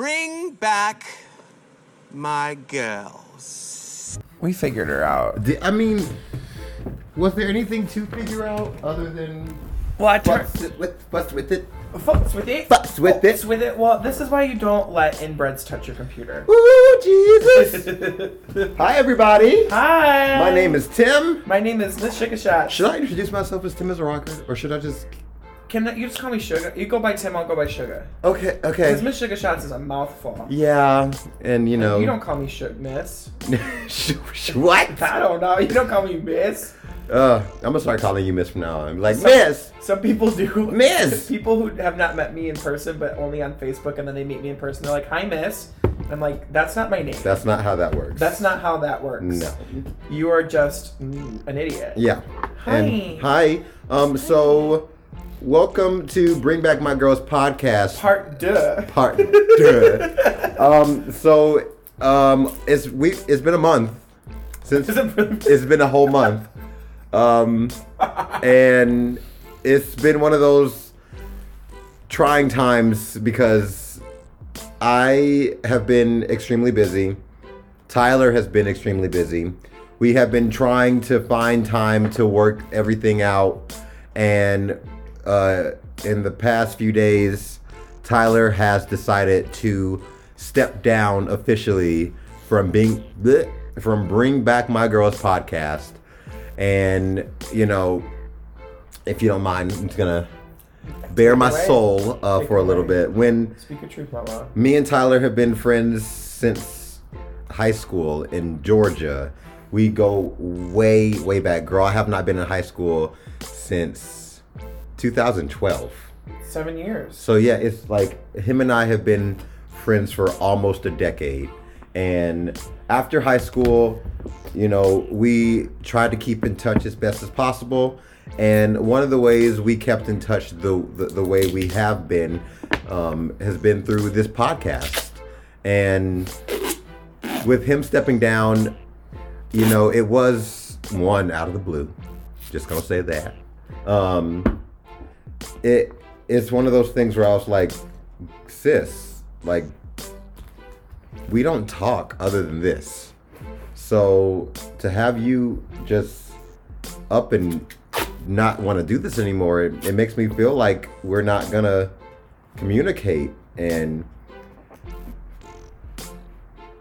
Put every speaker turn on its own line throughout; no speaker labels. Bring back my girls.
We figured her out.
Di- I mean, was there anything to figure out other than
Well, I tur-
what's it- with, what's with it?
fucks with it.
Fucks with it.
Fucks with it. Well, this is why you don't let inbreds touch your computer.
Ooh, Jesus! Hi, everybody.
Hi.
My name is Tim.
My name is Liz Sugarshot.
Should I introduce myself as Tim as a rocker, or should I just?
Can I- you just call me Sugar? You go by Tim. I'll go by Sugar.
Okay,
Because
okay.
Miss Sugar Shots is a mouthful.
Yeah, and you know.
You don't call me Sugar Miss.
Sh- sh- what?
I don't know. You don't call me Miss.
Uh, I'm gonna start calling you Miss from now on. Like Miss.
Some people do.
Miss!
People who have not met me in person, but only on Facebook, and then they meet me in person. They're like, "Hi, Miss." I'm like, "That's not my name.
That's not how that works.
That's not how that works.
No.
You are just mm, an idiot."
Yeah. And hi. Um. So, welcome to Bring Back My Girls podcast.
Part duh.
part duh. um so um it's we it's been a month since
Is it really-
it's been a whole month um and it's been one of those trying times because i have been extremely busy tyler has been extremely busy we have been trying to find time to work everything out and uh, in the past few days tyler has decided to step down officially from being bleh, from bring back my girls podcast and you know if you don't mind i'm just gonna bare my
away.
soul uh,
Take
for a little
away.
bit when
Speak your truth, Mama.
me and Tyler have been friends since high school in Georgia. We go way, way back. Girl, I have not been in high school since 2012.
Seven years.
So, yeah, it's like him and I have been friends for almost a decade. And after high school, you know, we tried to keep in touch as best as possible. And one of the ways we kept in touch the, the, the way we have been um, has been through this podcast. And with him stepping down, you know, it was one out of the blue. Just gonna say that. Um, it it's one of those things where I was like, sis, like we don't talk other than this. So to have you just up and not want to do this anymore, it, it makes me feel like we're not gonna communicate and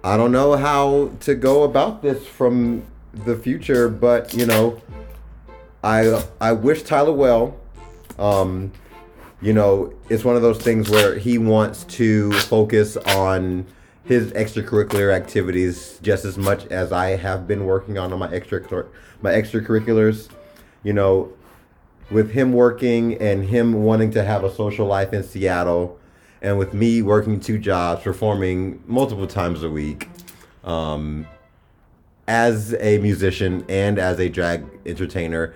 I don't know how to go about this from the future, but you know, I I wish Tyler well. Um, you know, it's one of those things where he wants to focus on his extracurricular activities just as much as I have been working on on my extracur- my extracurriculars. You know, with him working and him wanting to have a social life in Seattle, and with me working two jobs, performing multiple times a week, um, as a musician and as a drag entertainer,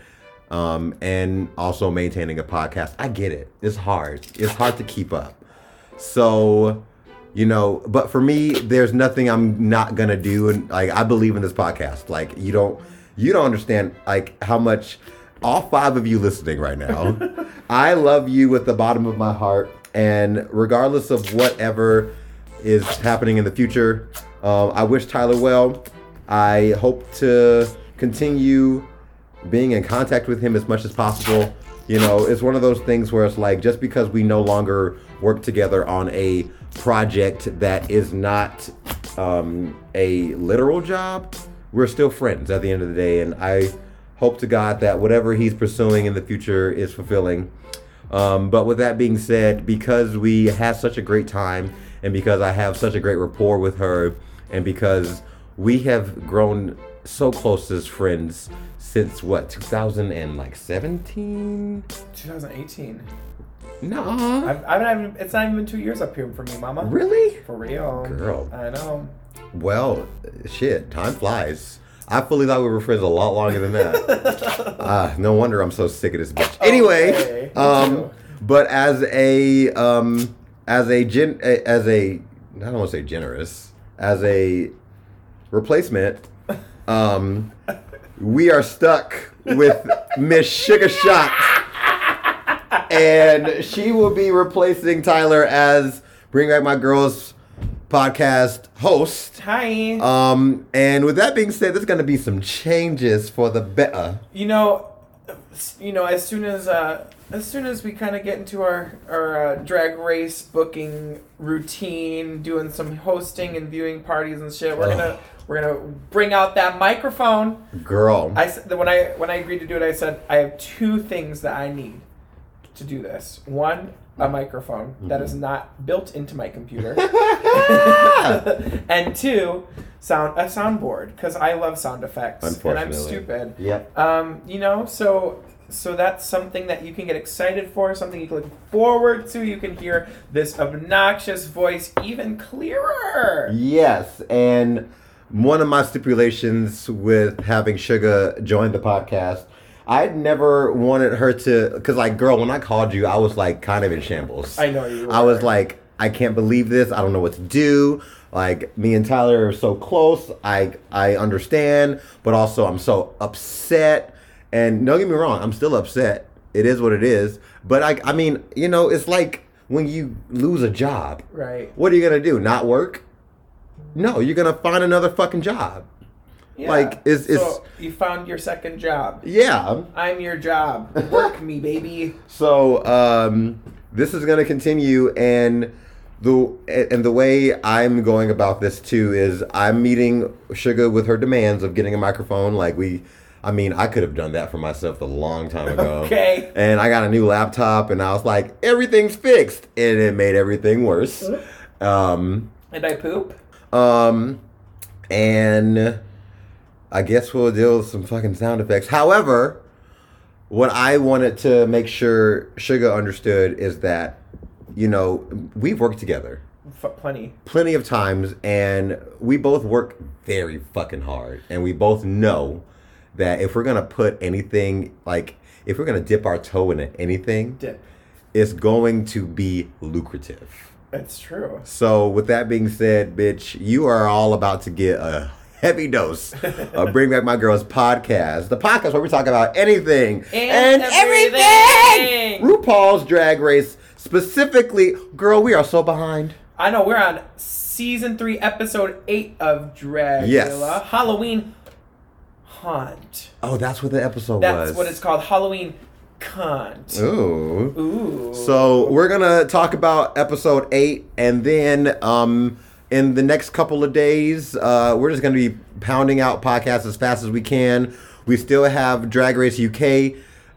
um, and also maintaining a podcast. I get it. It's hard. It's hard to keep up. So, you know, but for me, there's nothing I'm not gonna do, and like I believe in this podcast. Like you don't, you don't understand like how much all five of you listening right now. I love you with the bottom of my heart, and regardless of whatever is happening in the future, um, I wish Tyler well. I hope to continue being in contact with him as much as possible. You know, it's one of those things where it's like just because we no longer work together on a project that is not um, a literal job, we're still friends at the end of the day. And I hope to God that whatever he's pursuing in the future is fulfilling. Um, but with that being said, because we had such a great time and because I have such a great rapport with her and because we have grown so close as friends since what 2000 and like 17
2018.
no
I've, I've not even, it's not even been two years up here for me, Mama.
really
For real.
Girl.
I know.
well shit time flies i fully thought we were friends a lot longer than that Ah, no wonder i'm so sick of this bitch anyway
Okay.
um but as a um as a gen a- as a i don't want to say generous as a replacement um we are stuck with miss sugar shot and she will be replacing Tyler as Bring Back My Girls podcast host.
Hi.
Um, and with that being said, there's going to be some changes for the better.
you know, you know, as soon as uh, as soon as we kind of get into our our uh, drag race booking routine, doing some hosting and viewing parties and shit, we're gonna we're gonna bring out that microphone.
Girl.
I said when I when I agreed to do it, I said I have two things that I need to do this. One, a microphone
Mm-hmm.
that is not built into my computer, and two, sound a soundboard because I love sound effects and I'm
Unfortunately.
stupid.
Yep.
Um, you know, so so that's something that you can get excited for, something you can look forward to. You can hear this obnoxious voice even clearer.
Yes, and one of my stipulations with having Sugar join the podcast, I'd never wanted her to, because like, girl, when I called you, I was like kind of in shambles.
I know you
I was
were.
like, I can't believe this. I don't know what to do. Like, me and Tyler are so close. I I understand, but also I'm so upset. And don't get me wrong, I'm still upset. It is what it is. But I, I mean, you know, it's like when you lose a job.
Right.
What are you gonna do? Not work? No, you're gonna find another fucking job.
Yeah.
Like, is- is-
so you found your second job.
Yeah.
I'm your job. Work me, baby.
So um, this is gonna continue, and the and the way I'm going about this too is I'm meeting Sugar with her demands of getting a microphone. Like we, I mean, I could have done that for myself a long time ago.
Okay.
and I got a new laptop, and I was like, everything's fixed, and it made everything worse. Um,
And I poop.
Um, and I guess we'll deal with some fucking sound effects. However, what I wanted to make sure Sugar understood is that, you know, we've worked together
F- plenty.
plenty of times, and we both work very fucking hard, and we both know that if we're gonna put anything like if we're gonna dip our toe into anything,
Dip.
it's going to be lucrative.
That's true.
So, with that being said, bitch, you are all about to get a heavy dose of Bring Back My Girls podcast. The podcast where we talk about anything
And
and,
everything.
everything. RuPaul's Drag Race, specifically. Girl, we are so behind.
I know we're on season three, episode eight of Dragula.
Yes.
Halloween Haunt.
Oh, that's what the episode
That's
was.
what it's called. Halloween Cunt.
Ooh.
Ooh.
So we're gonna talk about episode eight, and then um, in the next couple of days, uh, we're just gonna be pounding out podcasts as fast as we can. We still have Drag Race UK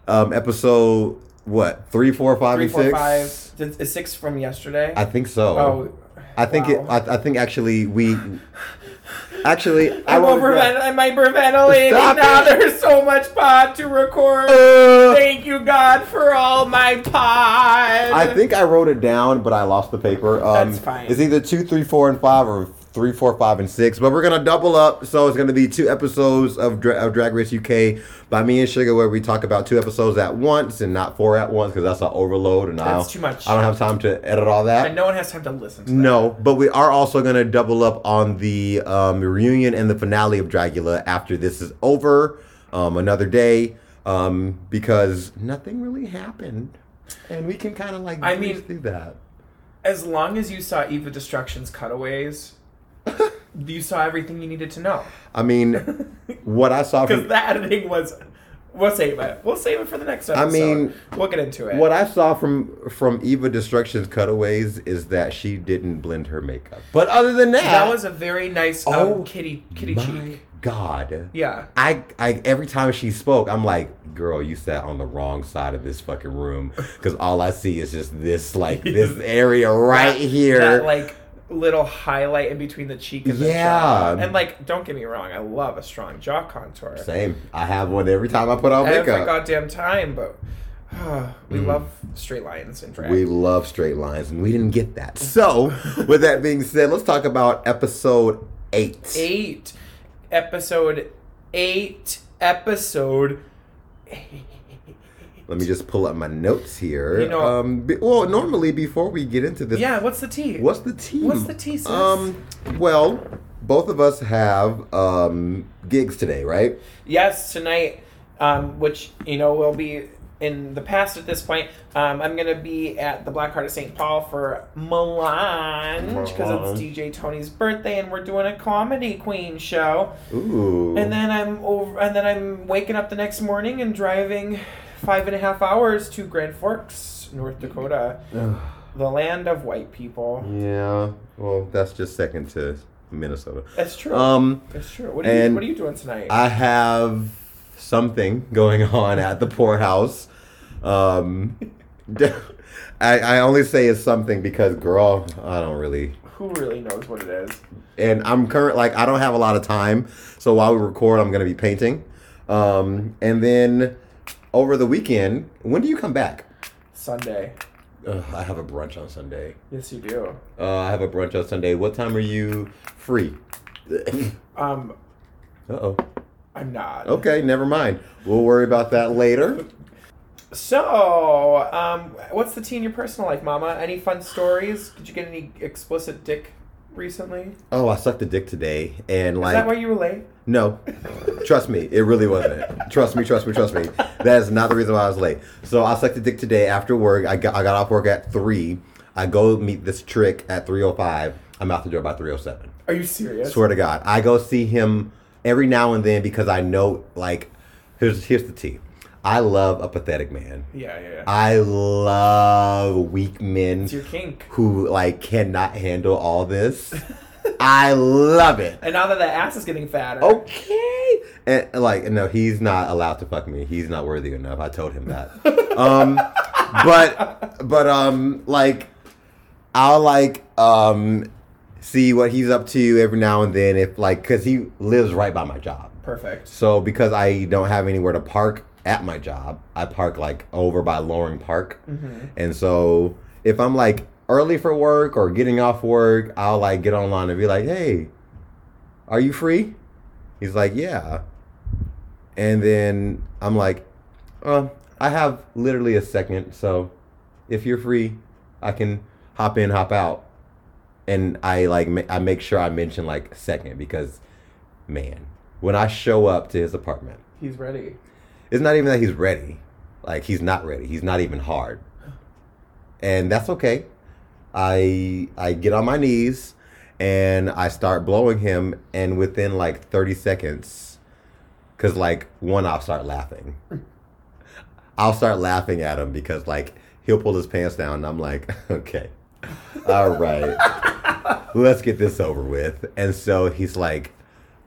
um, episode what three, four, five,
three,
and
four,
six.
five. Th- is six from yesterday.
I think so.
Oh,
I think it.
wow.
I, I think actually we. Actually, I
I'm
won't regret-
overven- I'm hyperventilating
Stop
now.
it.
There's so much pod to record.
Uh,
Thank you, God, for all my pod.
I think I wrote it down, but I lost the paper. Um,
That's fine.
It's either two, three, four, and five, or three, four, five, and six. But we're gonna double up, so it's gonna be two episodes of, Dra- of Drag Race UK by me and Sugar, where we talk about two episodes at once and not four at once, because that's an overload, and I
That's
don't-
too much.
I don't have time to edit all that.
And no one has time to listen to that.
No, but we are also going to double up on the um, reunion and the finale of Dracula after this is over, um, another day, um, because nothing really happened, and we can kind of like
I
breeze
mean-
through that.
As long as you saw Eva Destruction's cutaways, you saw everything you needed to know.
I mean, what I saw
Because
from
the editing was. We'll save it. We'll save it for the next episode.
mean,
we'll get into it.
what I saw from from Eva Destruction's cutaways is that she didn't blend her makeup. But other than that,
that was a very nice um,
Oh
kitty kitty
my
cheek.
God.
Yeah.
I, I every time she spoke, I'm like, girl, you sat on the wrong side of this fucking room because all I see is just this like this area right here.
That like little highlight in between the cheek and the
Yeah.
jaw. And like, don't get me wrong, I love a strong jaw contour.
Same. I have one every time I put on
Every
makeup. Mm.
goddamn time, but we love straight lines and drag.
We love straight lines, and we didn't get that. So, with that being said, let's talk about episode eight.
eight episode eight episode.
Let me just pull up my notes here.
You know-
um, be, well, normally before we get into this,
Yeah, what's the T?
What's the tea?
What's the tea, sis?
Um, well, both of us have um gigs today, right?
Yes, tonight, um, which you know will be in the past at this point. Um, I'm gonna be at the Black Heart of St. Paul for Melange because
Melange.
it's DJ Tony's birthday, and we're doing a comedy queen show.
Ooh.
And then I'm over, and then I'm waking up the next morning and driving five and a half hours to Grand Forks, North Dakota, the land of white people.
yeah. Well, that's just second to Minnesota.
That's true.
Um,
That's true. What are you
and
What are you doing tonight?
I have something going on at the poorhouse. Um, I, I only say it's something because, girl, I don't really.
Who really knows what it is?
and I'm current like I don't have a lot of time, so while we record, I'm gonna be painting. Um, and then over the weekend, when do you come back?
Sunday.
Ugh, I have a brunch on Sunday.
Yes, you do.
Uh, I have a brunch on Sunday. What time are you free? uh
Um,
oh.
I'm not.
Okay, never mind. We'll worry about that later.
So, um, what's the tea in your personal life, Mama? Any fun stories? Did you get any explicit dick recently? Is
Oh, I sucked a dick today, and like
that why you were late?
No, trust me, it really wasn't. Trust me, trust me, trust me. That is not the reason why I was late. So I sucked a dick today after work. I got I got off work at three. I go meet this trick at three o five. I'm out the door by three o seven.
Are you serious?
Swear to God, I go see him every now and then because I know like here's here's the tea. I love a pathetic man.
Yeah, yeah, yeah.
I love weak men
it's your kink.
who like cannot handle all this. I love it.
And now that the ass is getting fatter.
Oh. Okay. And like, no, he's not allowed to fuck me. He's not worthy enough. I told him that. um, but but um, like, I'll like um, see what he's up to every now and then. If like, cause he lives right by my job.
Perfect.
So because I don't have anywhere to park at my job, I park like over by Loring Park. And so if I'm like early for work or getting off work, I'll like get online and be like, "Hey, are you free?" He's like, "Yeah." And then I'm like, "Uh, I have literally a second, so if you're free, I can hop in, hop out." And I like ma- I make sure I mention like second because man, when I show up to his apartment,
He's ready.
it's not even that he's ready. Like he's not ready. He's not even hard. And that's okay. I I get on my knees and I start blowing him and within like 30 seconds cuz like one I'll start laughing. I'll start laughing at him because like he'll pull his pants down and I'm like, "Okay. All right. Let's get this over with." And so he's like,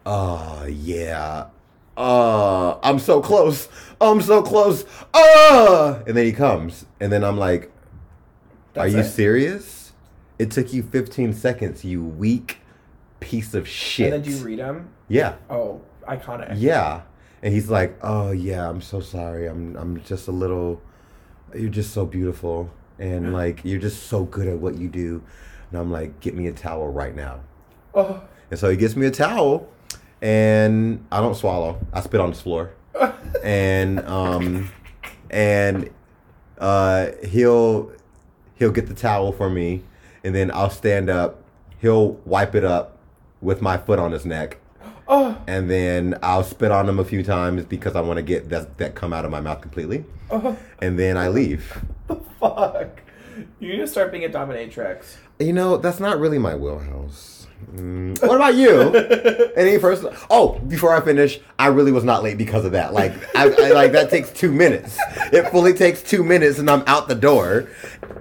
"Oh, yeah. Uh, I'm so close. I'm so close. Uh, and then he comes, and then I'm like, "Are
That's
you
it?
serious? It took you 15 seconds, you weak piece of shit."
And then do you read him?
yeah,
Oh, iconic.
yeah. And he's like, "Oh yeah, I'm so sorry. I'm I'm just a little. You're just so beautiful, and like you're just so good at what you do." And I'm like, "Get me a towel right now."
Oh,
And so he gets me a towel, and I don't swallow. I spit on his floor, and um, and uh, he'll he'll get the towel for me, and then I'll stand up. He'll wipe it up with my foot on his neck,
oh,
and then I'll spit on him a few times because I want to get that that come out of my mouth completely,
oh,
and then I leave.
fuck. You need to start being a dominatrix.
You know, that's not really my wheelhouse. Mm, What about you? Any personal? Oh, before I finish, I really was not late because of that. Like, I, I like that takes two minutes. It fully takes two minutes, and I'm out the door.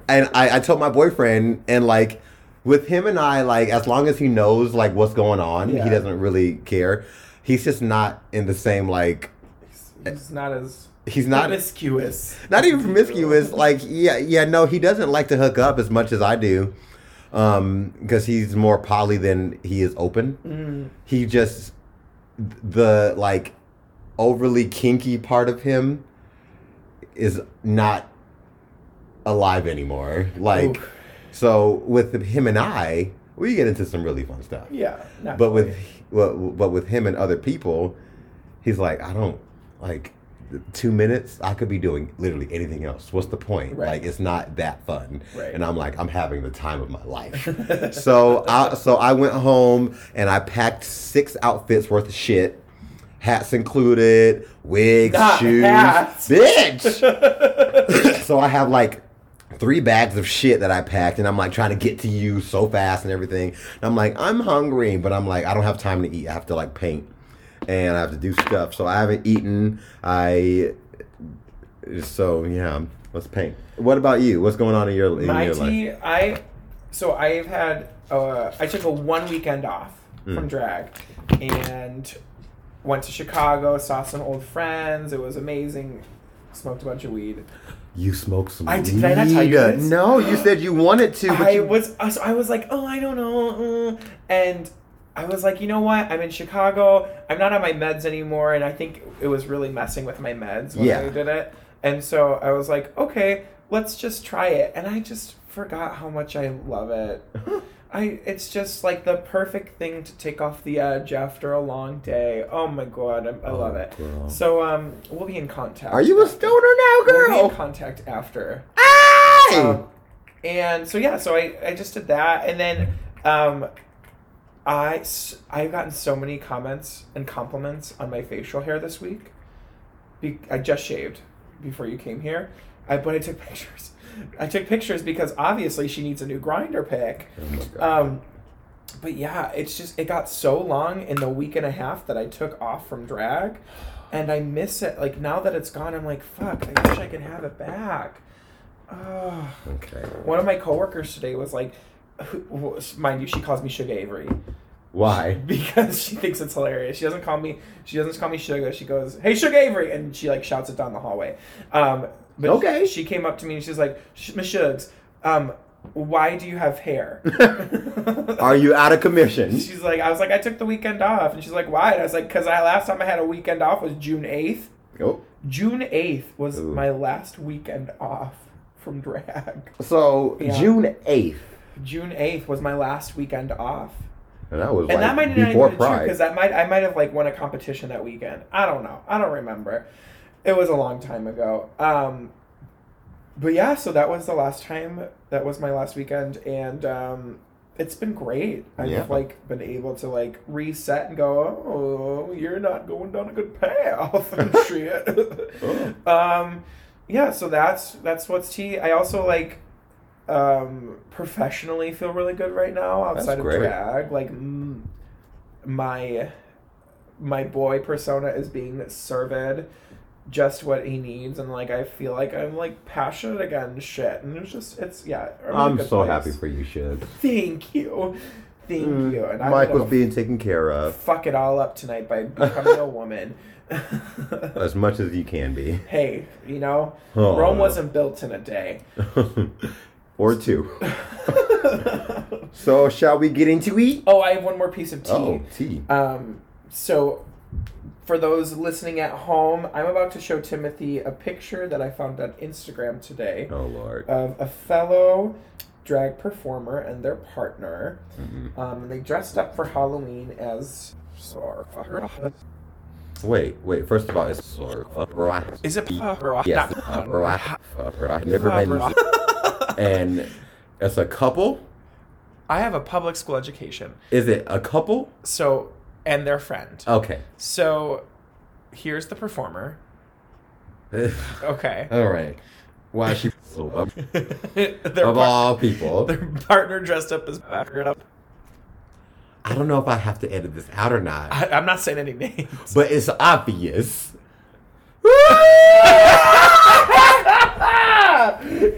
And I, I told my boyfriend, and like, with him and I, like, as long as he knows like what's going on,
Yeah.
he doesn't really care. He's just not in the same like.
He's, he's not as
He's not
promiscuous.
not even promiscuous. Like, yeah, yeah, no, he doesn't like to hook up as much as I do, um, because he's more poly than he is open.
Mm.
He just the like overly kinky part of him is not alive anymore. Like,
Oof.
so with him and I, we get into some really fun stuff.
Yeah. not
But with
really.
well, but with him and other people, he's like, I don't like th- two minutes. I could be doing literally anything else. What's the point?
Right.
Like it's not that fun.
Right.
And I'm like, I'm having the time of my life. so I so I went home and I packed six outfits worth of shit. hats included, wigs,
Not
shoes,
Ah, hats.
bitch. so I have like three bags of shit that I packed, and I'm like trying to get to you so fast and everything. And I'm like, I'm hungry, but I'm like, I don't have time to eat. I have to like paint, and I have to do stuff. So I haven't eaten. I so yeah. Let's paint. What about you? What's going on in your in
My
your life?
tea, I so I've had uh, I took a one weekend off
Hmm.
from drag and went to Chicago, saw some old friends. It was amazing. Smoked a bunch of weed.
You smoke some
I- did I not tell you
weed.
this?
No, you said you wanted to. But
I
you,
was so I was like, oh, I don't know, uh," and I was like, you know what? I'm in Chicago. I'm not on my meds anymore, and I think it was really messing with my meds when
Yeah.
I did it. And so I was like, okay, let's just try it. And I just forgot how much I love it. I it's just like the perfect thing to take off the edge after a long day. Oh my god, I, I love it.
Oh, girl.
So um, we'll be in contact.
Are you a stoner now,
We'll be in
girl?
contact after.
Ay!
Um, and so yeah, so I, I just did that, and then um, I s- I've gotten so many comments and compliments on my facial hair this week. Be- I just shaved before you came here, I, but I took pictures. I took pictures because obviously she needs a new grinder pick.
Oh my God.
Um, but yeah, it's just it got so long in the week and a half that I took off from drag, and I miss it. Like now that it's gone, I'm like, fuck. I wish I could have it back. Ugh.
okay.
One of my coworkers today was like, who- mind you, she calls me Sugar Avery
Why?
because she thinks it's hilarious. She doesn't call me. She doesn't call me Sugar. She goes, "Hey, Sugar Avery," and she like shouts it down the hallway. Um, but
Okay.
She came up to me and she's like, "Sh- "Miss Shugs, um, why do you have hair?"
Are you out of commission?
She's like, I was like, I took the weekend off, and she's like, why? And I was like, because I last time I had a weekend off was June eighth.
Oh.
June eighth was
Ooh.
my last weekend off from drag.
So
Yeah.
June eighth,
June eighth was my last weekend off,
and that was
and
like
that might not
before
even be true
Pride.
because that might I might have like won a competition that weekend. I don't know. I don't remember. It was a long time ago. Um, but yeah, so that was the last time. That was my last weekend, and um, it's been great. I've
Yeah.
like been able to like reset and go. Oh, you're not going down a good path and
Oh.
shit. um, yeah, so that's that's what's tea. I also like um professionally feel really good right now outside of
great.
drag like mm, my my boy persona is being served just what he needs and like i feel like i'm like passionate again and shit and it's just it's yeah a really
I'm
good
so
place.
happy for you, Shug.
thank you thank you and i'm
Mike
gonna
was being taken care of
fuck it all up tonight by becoming a woman
as much as you can be,
hey you know
Oh.
rome wasn't built in a day
or two. so shall we get into it?
oh i have one more piece of tea
Oh, tea.
Um, so, for those listening at home, I'm about to show Timothy a picture that I found on Instagram today
Oh Lord.
of a fellow drag performer and their partner.
Mm-hmm.
Um, they dressed up for Halloween as.
Wait, wait. First of all, it's yes,
Is it.
never mind. And it's a couple.
I have a public school education.
Is it a couple?
So, and their friend.
Okay.
So, here's the performer. Okay.
All right. Why is she so up?
their,
of
par-
all people?
their partner dressed up as.
I don't know if I have to edit this out or not,
I, I'm not saying any names.
but it's obvious.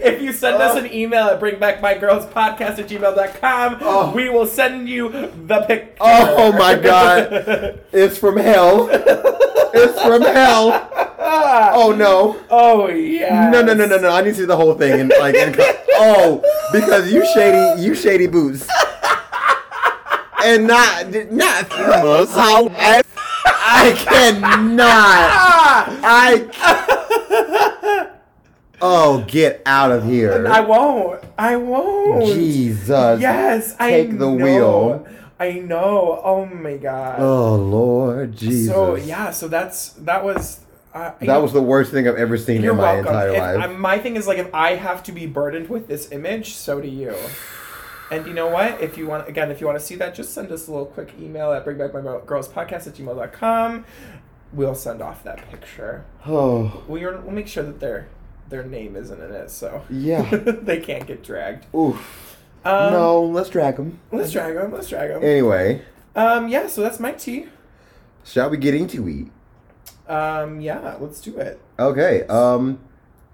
if you send
Uh.
us an email at bringbackmygirlspodcast at gmail.com,
Oh.
we will send you the picture.
Oh my god. It's from hell. It's from hell. Oh no.
Oh, yeah.
No no no no no. I need to see the whole thing and like in co- Oh, because you shady you shady boots. And not not famous. How I, I cannot.
Ah,
I Oh, get out of
I
here.
won't. I won't.
Jesus.
Yes, I
Take the
know.
wheel.
I know. Oh my god.
Oh Lord Jesus.
so, yeah, so that's, that was. Uh,
That was the worst thing I've ever seen
You're
in my
welcome.
entire
If-
life.
um, my thing is like if I have to be burdened with this image, so do you. And you know what? If you want, again, if you want to see that, just send us a little quick email at bringbackmygirlspodcast at gmail.com. we'll send off that picture.
Oh,
We are, we'll make sure that their their name isn't in it, so
yeah.
they can't get dragged.
Oof.
Um,
no, let's drag him.
Let's drag them. Let's drag them.
Anyway,
Um, yeah. So that's my tea.
shall we get into it?
Um, yeah. Let's do it.
Okay. Um,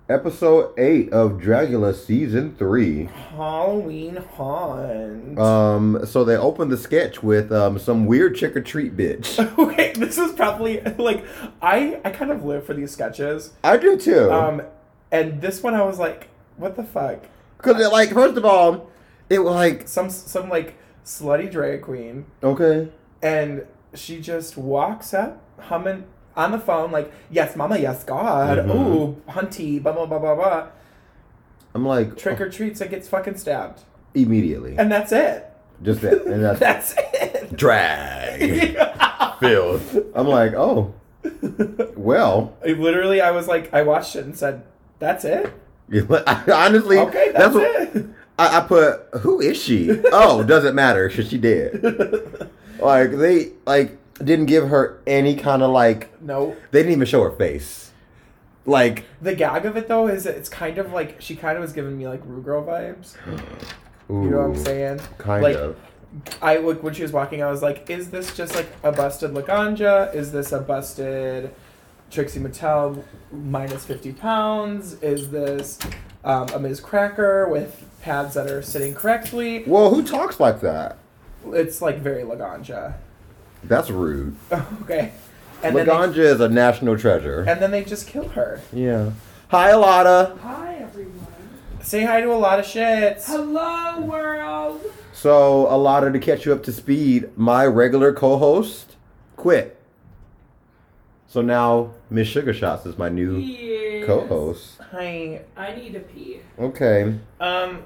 episode eight of Dracula season three.
Halloween haunt.
Um, so they opened the sketch with um some weird trick or treat bitch.
okay, this is probably like I I kind of live for these sketches.
I do too.
Um, and this one I was like, what the fuck?
Cause it, like first of all, it was like
Some some like slutty drag queen,
okay,
and she just walks up humming on the phone like, yes, mama, yes, God,
Mhm.
ooh, hunty, blah blah blah blah blah.
I'm like oh,
Trick or treats, and gets fucking stabbed,
immediately.
and that's it.
Just that, and that's
That's it.
drag filth. I'm like, oh, well.
I literally, I was like, I watched it and said, that's it.
Honestly,
Okay, that's,
that's what I, I put who is she? Oh, doesn't matter because she did.
it.
Like they like didn't give her any kind of like
no.
they didn't even show her face. Like
The gag of it though is that it's kind of like she kind of was giving me like Rue Girl vibes. You know what I'm
ooh,
saying?
Kind
like,
of.
I like when she was walking, I was like, is this just like a busted Laganja? Is this a busted Trixie Mattel minus fifty pounds? Is this um, a Ms. Cracker with pads that are sitting correctly?
Well, who talks like that?
It's like very Laganja.
That's rude.
okay. And then,
Laganja
they,
is a national treasure.
and then they just kill her.
yeah. Hi, Alada.
Hi, everyone.
Say hi to a lot of shits.
Hello, world.
So, Alada, to catch you up to speed, my regular co-host quit. So now Miss Sugar Shots is my new
Yes.
co-host.
Hi.
I need a pee.
Okay.
Um,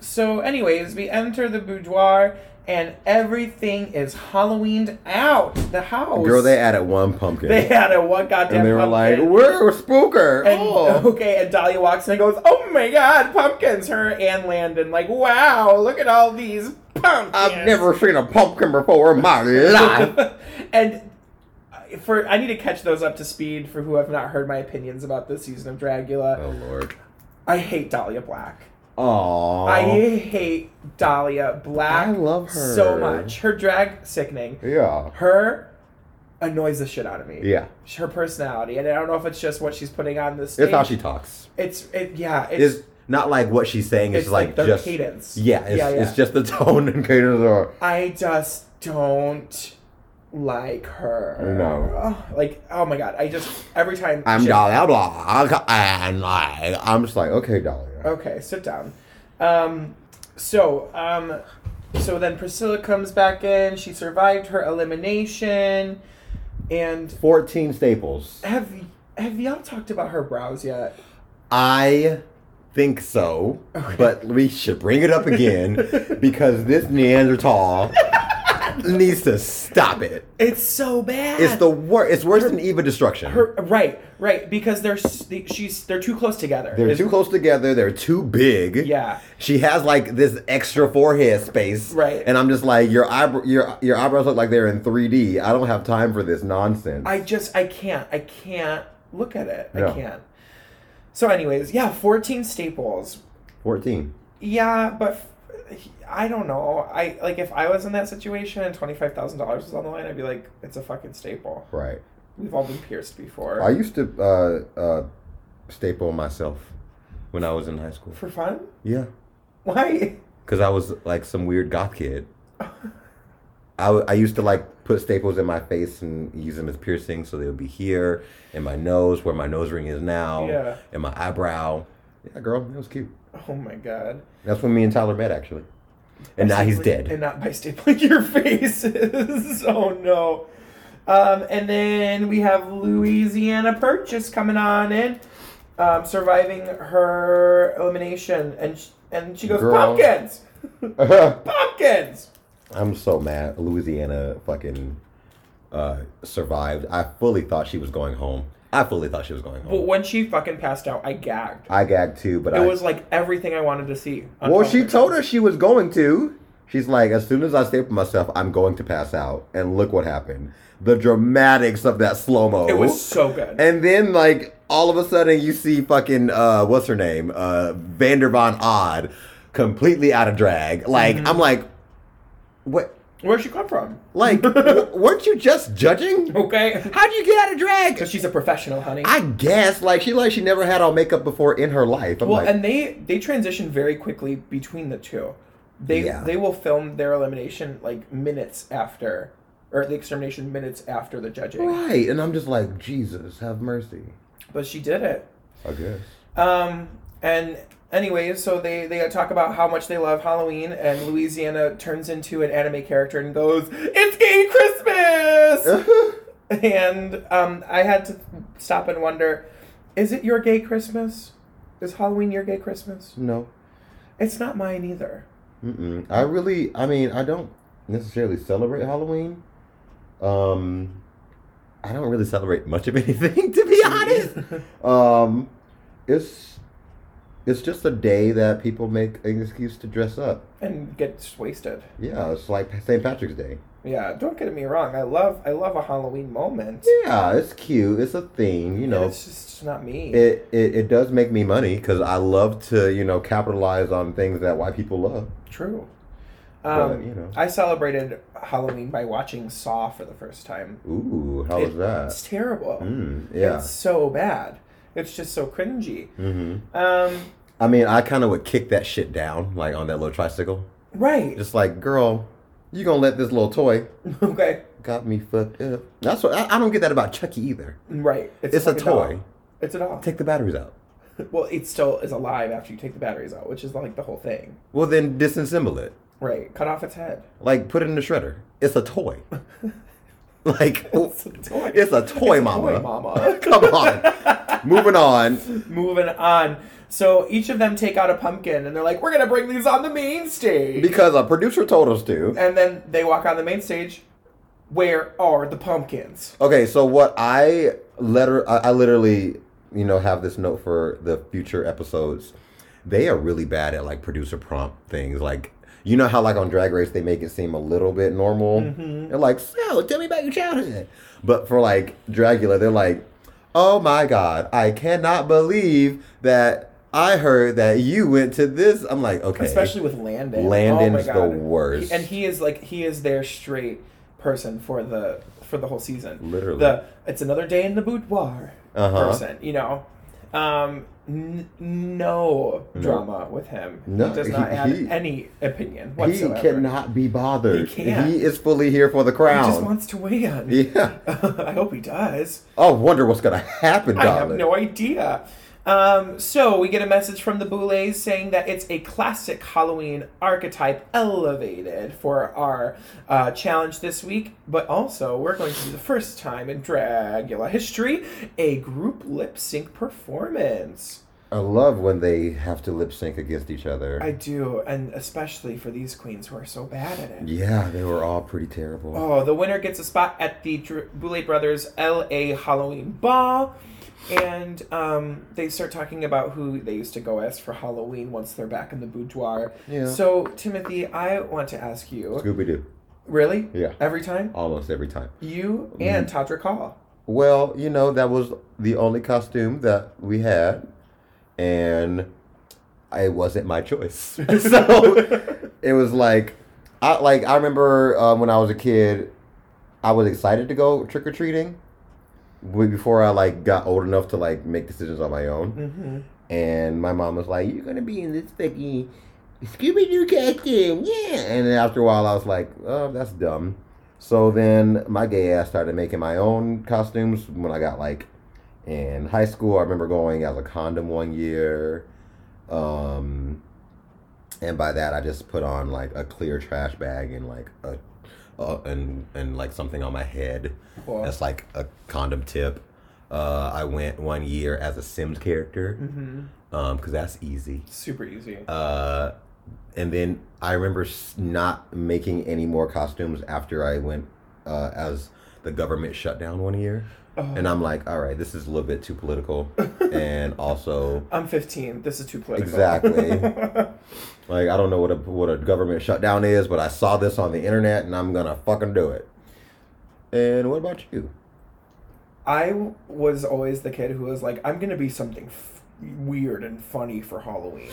so, anyways, we enter the boudoir and everything is Halloweened out. The house.
Girl, they added one pumpkin.
They had a one goddamn.
and they were like,
pumpkin.
"We're spooker."
And,
oh.
Okay, and Dahlia walks in and goes, "Oh my God, pumpkins!" Her and Landon, like, "Wow, look at all these pumpkins."
I've never seen a pumpkin before in my life.
and for I need to catch those up to speed for who have not heard my opinions about this season of Dragula.
oh Lord.
I hate Dahlia Black.
Aww.
I hate Dahlia Black.
I love her.
so much. Her drag sickening.
Yeah.
Her annoys the shit out of me.
Yeah.
Her personality, and I don't know if it's just what she's putting on this.
It's how she talks.
It's it. Yeah. It's,
It's not like what she's saying. It's,
it's
like,
their
just
cadence.
Yeah it's, It's just the tone and cadence. Are,
I just don't like her.
No.
Ugh, Like oh my god, I just every time
I'm
she-
Dahlia Black, and like I'm just like okay, Dahlia.
Okay, sit down. Um, so, um, so then Priscilla comes back in. She survived her elimination, and
Fourteen staples.
have have y'all talked about her brows yet?
I think so, but we should bring it up again because this Neanderthal needs to stop it.
It's so bad.
It's the worst. It's worse than Eva Destruction.
her, right, right, because they're s- they- she's they're too close together.
they're
It's-
too close together. They're too big.
Yeah.
She has like this extra forehead space.
Right.
And I'm just like your eyebrow, your your eyebrows look like they're in 3D. I don't have time for this nonsense.
I just I can't I can't look at it.
No.
I can't. So, anyways, yeah, fourteen staples.
14.
Yeah, but f- I don't know. I like if I was in that situation and twenty five thousand dollars was on the line, I'd be like, it's a fucking staple.
Right.
We've all been pierced before
I used to uh, uh, staple myself when I was in high school.
for fun.
Yeah.
Why?
Because I was like some weird goth kid. I, w- I used to like put staples in my face and use them as piercings, so they would be here in my nose, where my nose ring is now,
Yeah.
in my eyebrow. Yeah, girl, that was cute.
Oh my god!
That's when me and Tyler met actually, and now he's
Stapling-
dead.
And not by stapling your faces. oh no. Um, and then we have Louisiana Purchase coming on in, um, surviving her elimination, and sh- and she goes
Girl.
pumpkins, pumpkins.
I'm so mad. Louisiana fucking uh, survived. I fully thought she was going home. I fully thought she was going
But
home.
when she fucking passed out, I gagged.
I gagged too, but
It
I
was like everything I wanted to see. on
well, she
television.
told us she was going to. She's like, as soon as I stay for myself, I'm going to pass out. And look what happened. The dramatics of that slow mo.
It was so good.
Oh. And then like all of a sudden you see fucking uh what's her name? Uh Vander Von Odd completely out of drag. Like
Mm-hmm.
I'm like what
Where'd she come from?
like w- weren't you just judging?
Okay.
How'd you get out of
Because
drag?
she's a professional, honey.
I guess like she like she never had on makeup before in her life. I'm
well,
like
and they they transition very quickly between the two. They
Yeah.
they will film their elimination like minutes after, or the extermination minutes after the judging.
right. And I'm just like, Jesus, have mercy.
But she did it.
I guess.
Um, and anyways, so they they talk about how much they love Halloween, and Louisiana turns into an anime character and goes, "It's gay Christmas." and um, I had to stop and wonder, is it your gay Christmas? Is Halloween your gay Christmas?
no.
It's not mine either.
Mm-mm. I really, I mean, I don't necessarily celebrate Halloween. Um, I don't really celebrate much of anything, to be honest. Um, it's it's just a day that people make an excuse to dress up.
and gets wasted.
Yeah, it's like St. Patrick's Day.
Yeah, don't get me wrong. I love I love a Halloween moment.
Yeah, it's cute. It's a thing, you
And
know.
it's just not me.
It, it it does make me money because I love to you know capitalize on things that white people love.
True.
But,
Um,
you know.
I celebrated Halloween by watching Saw for the first time.
Ooh, how was
It's
that?
terrible.
Uh, Mm, yeah.
It's so bad. It's just so cringy.
Mm-hmm.
Um,
I mean, I kind of would kick that shit down, like on that little tricycle.
right.
Just like, girl, you gonna let this little toy
okay.
got me fucked up? That's what I, I don't get that about Chucky either.
Right.
It's a
fucking doll.
toy.
It's a doll.
Take the batteries out.
Well, it still is alive after you take the batteries out, which is like the whole thing.
Well, then disassemble it.
Right. Cut off its head.
Like, put it in the shredder. It's a toy. like,
It's a toy.
it's a toy,
It's a
mama.
toy, mama.
Come on. Moving on.
Moving on. So each of them take out a pumpkin and they're like, we're going to bring these on the main stage.
Because a producer told us to.
and then they walk on the main stage. Where are the pumpkins?
Okay, so what I letter I, I literally, you know, have this note for the future episodes. They are really bad at like producer prompt things. Like you know how like on Drag Race they make it seem a little bit normal.
Mm-hmm.
They're like, so tell me about your childhood. But for like Dracula, they're like, oh my god, I cannot believe that I heard that you went to this. I'm like, okay,
Especially with Landon.
Landon's
Oh my
the
God.
worst.
And he is like he is their straight person for the for the whole season.
Literally.
The it's another day in the boudoir
Uh-huh.
person, you know. Um n- no drama with him.
No,
he does
he-
not have
he-
any opinion
he
whatsoever.
cannot be bothered.
He can't.
He is fully here for the
He
crown.
just wants to weigh in.
yeah.
I hope he does.
I Oh, wonder what's gonna happen,
I have
darling.
no idea. Um, so we get a message from the Boulets saying that it's a classic Halloween archetype elevated for our uh, challenge this week, but also we're going to do the first time in Dragula history a group lip sync performance.
I love when they have to lip sync against each other.
I do, and especially for these queens who are so bad at it.
yeah, they were all pretty terrible.
Oh, the winner gets a spot at the Dr- Boulet Brothers LA Halloween Ball. And um, they start talking about who they used to go as for Halloween once they're back in the boudoir.
Yeah.
So, Timothy, I want to ask you
Scooby Doo,
really?
Yeah. Mm-hmm.
Every time?
almost every time.
You and Todrick Hall.
Well, you know that was the only costume that we had, and it wasn't my choice. so it was like, I like I remember um, when I was a kid, I was excited to go trick or treating, before I like got old enough to like make decisions on my own.
Mm-hmm.
And my mom was like, You're gonna be in this fucking Scooby Doo costume, yeah. And then after a while, I was like, Oh, that's dumb. So then my gay ass started making my own costumes when I got like in high school. I remember going as a condom one year. Um, and by that, I just put on like a clear trash bag and like a. Uh, and and like something on my head
Cool.
that's like a condom tip. Uh, I went one year as a Sims character
Mm-hmm.
um because that's easy
Super easy.
uh and then i remember s- not making any more costumes after i went uh as the government shut down one year,
Oh.
and I'm like, all right, this is a little bit too political, and also
I'm 15. This is too political.
exactly, like I don't know what a what a government shutdown is, but I saw this on the internet, and I'm gonna fucking do it. And what about you?
I w- was always the kid who was like, I'm gonna be something f- weird and funny for Halloween,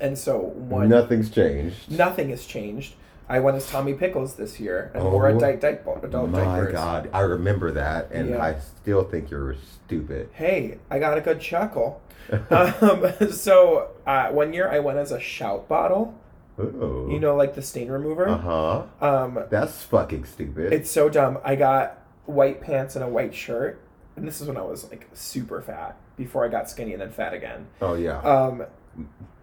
and so one
Nothing's changed.
nothing has changed. I went as Tommy Pickles this year and
Oh,
wore a dyke dyke bo- adult
My
diapers.
God, I remember that, and
Yeah.
I still think you're stupid.
Hey, I got a good chuckle. um, so uh, one year I went as a shout bottle.
Ooh.
You know, like the stain remover.
Uh huh.
Um,
That's fucking stupid.
It's so dumb. I got white pants and a white shirt, and this is when I was like super fat before I got skinny and then fat again.
oh yeah,
Um,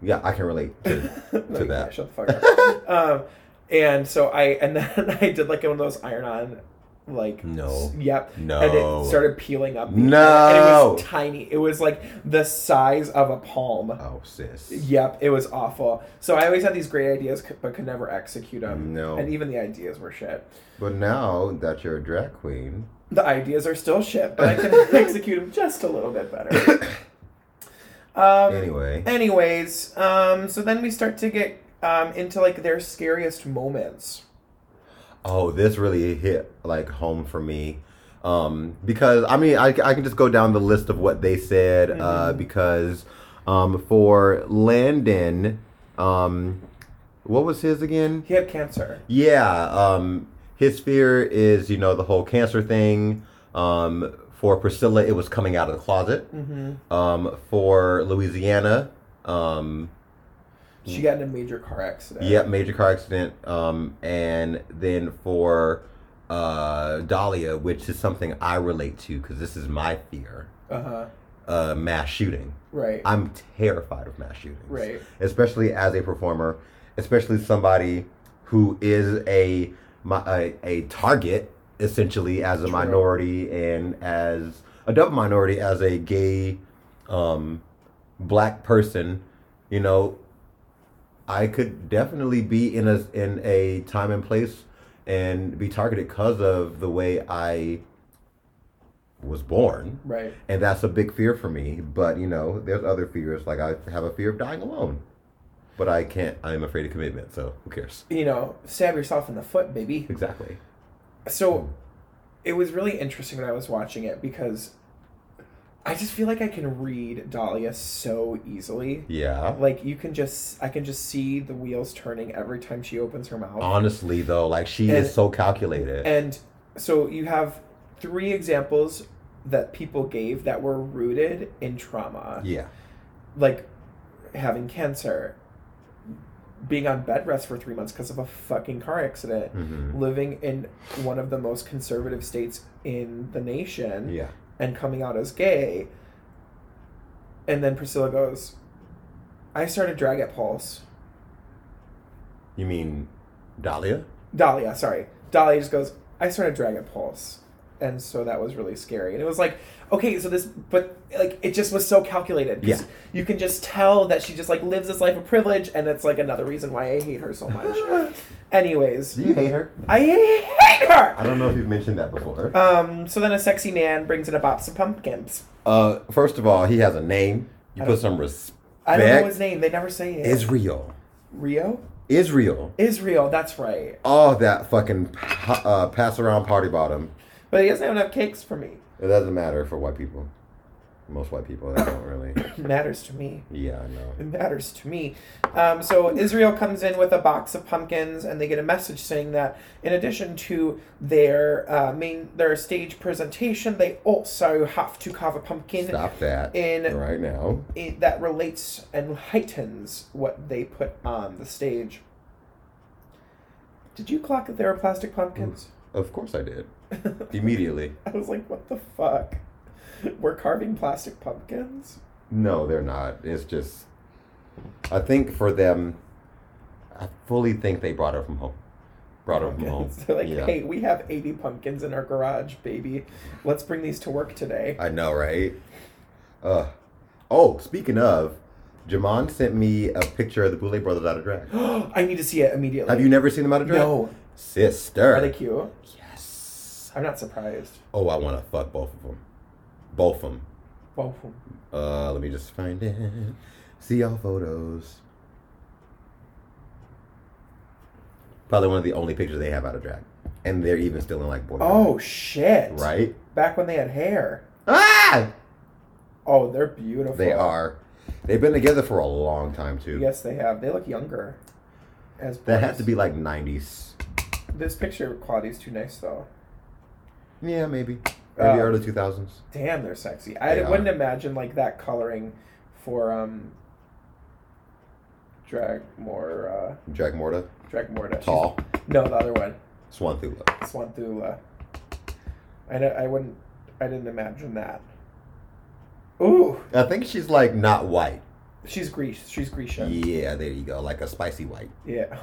yeah. I can relate to, to
like,
that.
Shut the fuck up. um, and so I and then I did like one of those iron-on, like
No.
s- Yep. And
No.
it started peeling up. And it
No.
was tiny. It was like the size of a palm.
Oh sis.
Yep, it was awful. So I always had these great ideas, c- but could never execute them.
No.
and even the ideas were shit.
But now that you're a drag queen,
The ideas are still shit, but I can execute them just a little bit better. Um,
anyway.
Anyways, um, so then we start to get um, into like their scariest moments.
Oh, this really hit like home for me. Um, because I mean, I, I can just go down the list of what they said. Uh,
Mm-hmm.
because um, for Landon, um, what was his again?
He had cancer.
Yeah, um, his fear is you know the whole cancer thing. Um, for Priscilla, it was coming out of the closet.
Mm-hmm.
Um, for Louisiana, um,
She got in a major car accident.
Yep, major car accident. Um, and then for uh, Dahlia, which is something I relate to because this is my fear,
Uh huh.
uh, mass shooting.
Right.
I'm terrified of mass shootings.
Right.
Especially as a performer, especially somebody who is a my, a, a target essentially as a minority and as a double minority as a gay um black person, you know, I could definitely be in a in a time and place and be targeted because of the way I was born
right.
and that's a big fear for me. But you know, there's other fears. Like I have a fear of dying alone, but I can't. I am afraid of commitment. So who cares?
You know, stab yourself in the foot, baby.
Exactly.
So it was really interesting when I was watching it because I just feel like I can read Dahlia so easily.
Yeah.
Like you can just, I can just see the wheels turning every time she opens her
Oh.
mouth.
Honestly, though, like she
And-
is so calculated.
And so you have three examples that people gave that were rooted in trauma,
yeah.
like having cancer, being on bed rest for three months because of a fucking car accident,
hmm
living in one of the most conservative states in the nation,
Yeah.
and coming out as gay. And then Priscilla goes, I started drag at Pulse.
You mean Dahlia?
Dahlia, sorry. Dahlia just goes, I started Dragon Pulse. And so that was really scary. And it was like, okay, so this, but like, it just was so calculated. 'Cause
Yeah.
You can just tell that she just like lives this life of privilege. And it's like another reason why I hate her so much. Anyways,
Do you hate her?
I hate
I
her!
don't know if you've mentioned that before.
Um, so then a sexy man brings in a box of pumpkins.
Uh, first of all, he has a name. You
I
put
don't-
some respect.
I don't know his name. They never say it.
Israel.
Rio?
Israel.
Israel, that's right.
All that fucking pa- uh, pass around party bottom.
But he doesn't have enough cakes for me.
It doesn't matter for white people. Most white people that don't really.
It matters to me.
Yeah, I know.
It matters to me. Um, so Israel comes in with a box of pumpkins, and they get a message saying that in addition to their uh, main their stage presentation, they also have to carve a pumpkin
Stop that
in-
right now.
i- that relates and heightens what they put on the stage. Did you clock that there were plastic pumpkins?
Of course I did. Immediately.
I was like, what the fuck? We're carving plastic pumpkins?
No, they're not. It's just. I think for them, I fully think they brought her from home. Brought her from home.
Pumpkins. They're like,
Yeah.
hey, we have 80 pumpkins in our garage, baby. Let's bring these to work today.
I know, right? Uh, oh, speaking of, Jamon sent me a picture of the Boulay brothers out of drag.
I need to see it immediately.
Have you never seen them out of drag?
No.
Sister.
Are they cute?
Yes.
I'm not surprised.
Oh, I want to fuck both of them. Both of them.
Both of 'em.
Uh, let me just find it. See all photos. Probably one of the only pictures they have out of drag, and they're even still in like boy.
Oh shit!
right.
Back when they had hair.
Ah,
Oh, they're beautiful.
they are. They've been together for a long time too.
Yes, they have. They look younger. As
That
has
has to be like '90s.
This picture Claudia's too nice though.
Yeah, maybe.
Um,
Maybe early 2000s.
Damn, they're sexy. I
They are.
wouldn't imagine like that coloring for um. Drag more, uh,
Jack Morta,
drag more to
tall,
No, the other one,
Swan Thula.
Swanthula. uh, I know. I wouldn't. I didn't imagine that. Ooh,
I think she's like not white.
she's Greece. She's Grecian.
Yeah, there you go, like a spicy white.
Yeah.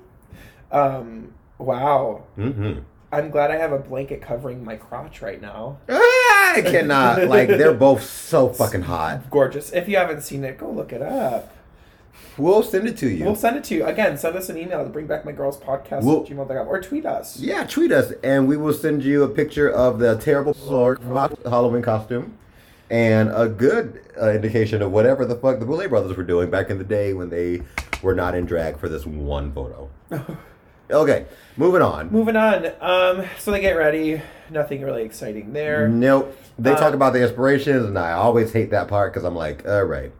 um. Wow.
Mm-hmm.
I'm glad I have a blanket covering my crotch right now.
I cannot. like they're both so fucking hot.
Gorgeous. If you haven't seen it, go look it up.
We'll send it to you.
We'll send it to you. Again, send us an email to bring back my girls podcast
We'll-
gmail.com or tweet us.
yeah, tweet us and we will send you a picture of the terrible Slork Halloween costume and a good uh, indication of whatever the fuck the Boulet brothers were doing back in the day when they were not in drag for this one photo. okay, moving on.
Moving on. Um, so they get ready. Nothing really exciting there.
Nope. They
Uh,
talk about the inspirations, and I always hate that part because I'm like, all right,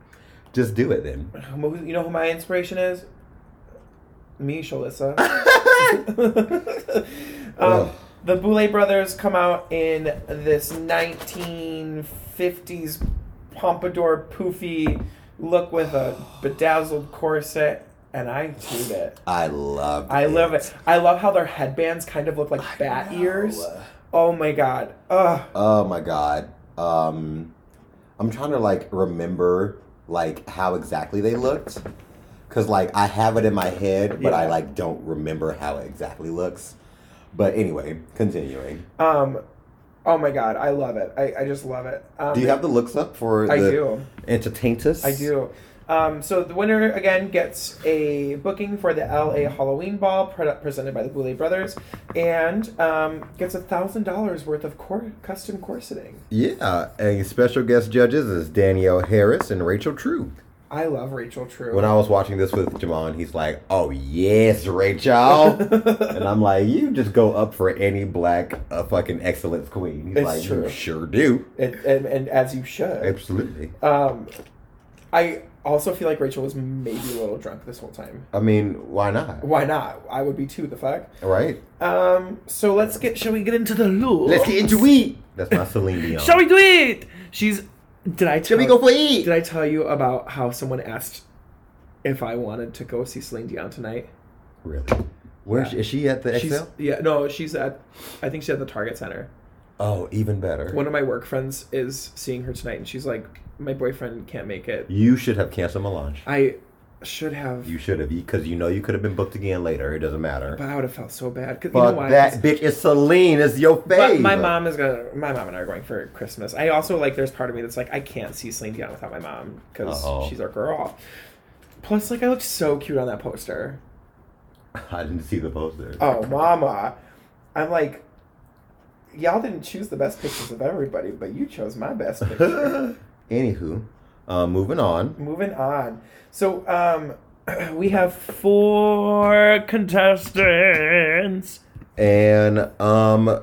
just do it then.
Who- You know who my inspiration is? Me, Shalissa. um,
Ugh.
the Boulay brothers come out in this 1950s pompadour poofy look with a bedazzled corset, and I toot it.
I love.
I love it. I love how their headbands kind of look like bat
know.
ears. Oh my god. Ugh.
Oh my god. Um, I'm trying to like remember like how exactly they looked, cause like I have it in my head, but I
Yeah.
like don't remember how it exactly looks. But anyway, continuing.
Um. Oh my god. I love it. I, I just love it. Um,
Do you have the looks up for
I
the
do.
entertainers?
I do. Um, so the winner again gets a booking for the LA Halloween Ball pre- presented by the Goulet Brothers, and um, gets a thousand dollars worth of cor- custom corseting.
Yeah, and special guest judges is Danielle Harris and Rachel True.
I love Rachel True.
When I was watching this with Jamal, and he's like, "Oh yes, Rachel," and I'm like, "You just go up for any black uh, fucking excellence queen." He's
It's
like,
true.
"You sure do,
and, and, and as you should.
absolutely."
Um, I also feel like Rachel was maybe a little drunk this whole time.
I mean, why not?
Why not? I would be too. The fuck.
Right?
Um. So let's get. Shall we get into the lure?
Let's get into it. That's my Celine Dion.
Shall we do it? She's. Did I? Tell,
Shall we go for
Did
it?
I tell you about how someone asked if I wanted to go see Celine Dion tonight?
Really? Where's
Yeah.
is she at the
She's
XL?
yeah, no, she's at I think she's at the Target Center.
Oh, even better.
One of my work friends is seeing her tonight and she's like, My boyfriend can't make it.
you should have canceled Melange.
I should have
You should have, because you know you could have been booked again later. It doesn't matter.
but I would have felt so bad. 'cause you
Fuck
know why?
that bitch is Celine. It's your
But
face.
my mom is gonna. My mom and I are going for Christmas. I also like. There's part of me that's like, I can't see Celine Dion without my mom because
Uh-oh.
she's our girl. Plus, like, I looked so cute on that poster.
I didn't see the poster.
Oh, mama. I'm like, y'all didn't choose the best pictures of everybody, but you chose my best picture.
Anywho, uh, moving on.
Moving on. So, um, we have four contestants.
And um,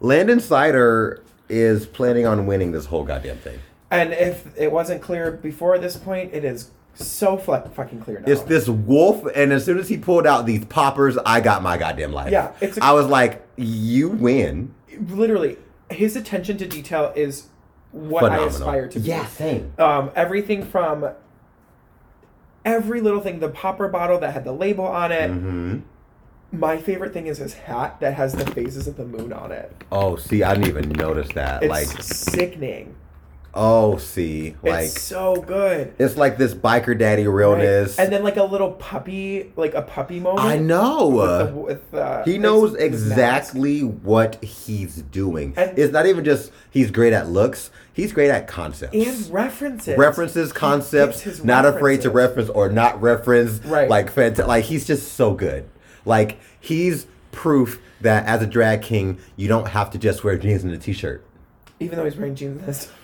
Landon Sider is planning on winning this whole goddamn thing.
And if it wasn't clear before this point, it is so fl- fucking clear now.
It's this wolf, and as soon as he pulled out these poppers, I got my goddamn life.
Yeah, it's a-
I was like, you win.
literally his attention to detail is what
Phenomenal.
I aspire to be.
Yeah, same.
Um, everything from every little thing, the popper bottle that had the label on it.
hmm
My favorite thing is his hat that has the phases of the moon on it.
Oh, see, I didn't even notice that.
It's
Like,
sickening.
oh, see, like
it's so good.
it's like this biker daddy realness.
And then like a little puppy, like a puppy moment.
I know.
With the, with, uh,
He
his-
knows
his mask.
exactly what he's doing.
And-
it's not even just he's great at looks, he's great at concepts.
and references.
references, concepts,
his
not afraid to
references.
reference or not reference.
Right.
Like, fanta- like he's just so good. Like, he's proof that as a drag king, you don't have to just wear jeans and a t-shirt.
even though he's wearing jeans this time.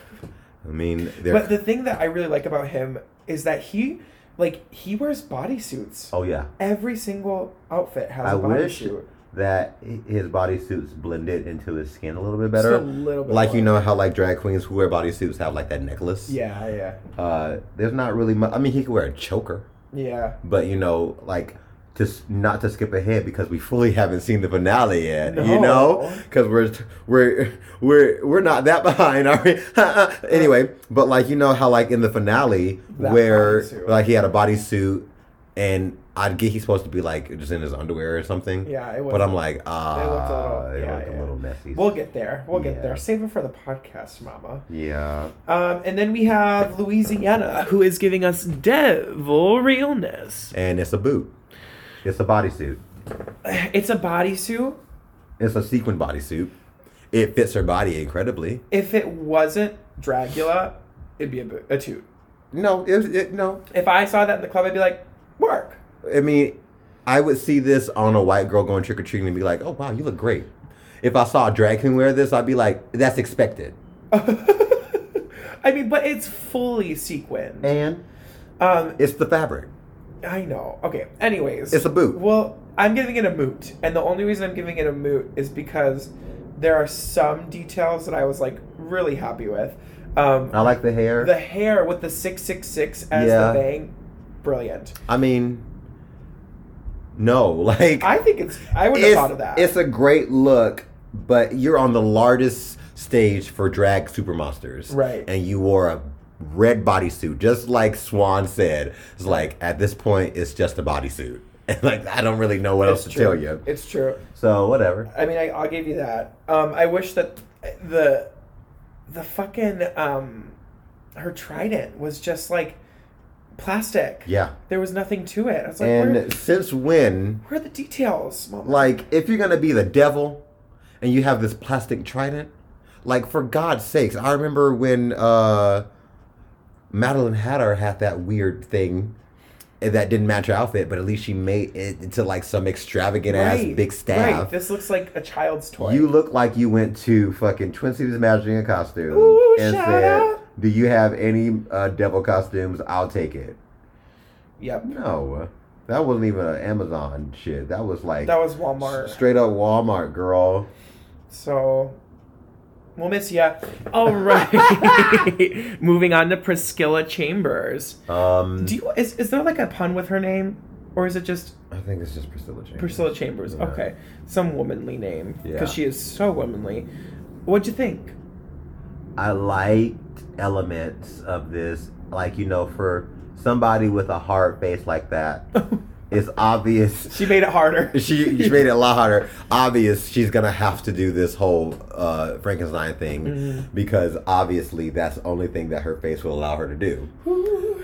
I mean, they're
But the thing that I really like about him is that he, like, he wears bodysuits.
oh yeah.
Every single outfit has
I
a
wish
bodysuit.
that hi- his bodysuits blended into his skin a little bit better.
Just a little bit
like you
more.
know how like drag queens who wear bodysuits have like that necklace.
Yeah, yeah,
Uh, there's not really much. I mean, he could wear a choker,
yeah.
but you know, like just not to skip ahead because we fully haven't seen the finale yet.
No.
You know, because we're we're we're we're not that behind. Are we? anyway, but like you know how like in the finale
That
where
bodysuit.
like he had a bodysuit and. I'd get he's supposed to be like just in his underwear or something.
Yeah, it
But
wasn't-
I'm like, ah,
They looked a little,
they
yeah,
look a
yeah.
little messy.
We'll get there. We'll
Yeah.
get there. Save it for the podcast, Mama.
yeah.
Um, and then we have Louisiana, who is giving us devil realness.
And it's a boot. It's a bodysuit.
It's a bodysuit.
It's a sequin bodysuit. It fits her body incredibly.
If it wasn't Dracula, it'd be a, bo- a toot.
No, it, it no.
If I saw that in the club, I'd be like, work.
I mean, I would see this on a white girl going trick or treating and be like, "Oh wow, you look great." If I saw a drag queen wear this, I'd be like, "That's expected."
I mean, but it's fully sequined.
And
Um,
it's the fabric.
I know. Okay. Anyways,
It's a boot.
Well, I'm giving it a moot, and the only reason I'm giving it a moot is because there are some details that I was like really happy with. Um,
I like the hair.
the hair with the six six six as
Uh-huh. Yeah.
the bang, brilliant.
I mean, no, like
I think it's. I would have
it's,
thought of that.
it's a great look, but you're on the largest stage for drag super monsters.
Right.
And you wore a red bodysuit, just like Swan said. It's like, at this point, it's just a bodysuit. And like, I don't really know what
It's
else to
true.
tell you.
It's true.
So, whatever.
I mean, I, I'll give you that. Um, I wish that the the fucking um, her trident was just like plastic.
Yeah.
There was nothing to it. I was like, where,
And since when,
where are the details? Mama?
like, if you're going to be the devil and you have this plastic trident, like, for God's sakes, I remember when uh, Madeline Hatter had that weird thing that didn't match her outfit, but at least she made it into like some extravagant ass big staff.
This looks like a child's toy.
You look like you went to fucking Twin Cities Magic and Costume
Ooh,
and
shout
said,
out.
Do you have any uh, devil costumes? I'll take it.
yep.
No. That wasn't even an Amazon shit. That was like
That was Walmart.
straight up Walmart, girl.
So we'll miss ya. All right. Moving on to Priscilla Chambers.
Um,
Do you is is there like a pun with her name, or is it just
I think it's just Priscilla Chambers.
Priscilla Chambers?
Yeah.
Okay, some womanly name because
Yeah.
she is so womanly. What'd you think?
I liked elements of this. Like, you know, for somebody with a hard face like that, it's obvious.
She made it harder.
She, she made it a lot harder. Obvious, she's gonna have to do this whole uh, Frankenstein thing
Mm-hmm.
because obviously that's the only thing that her face will allow her to do.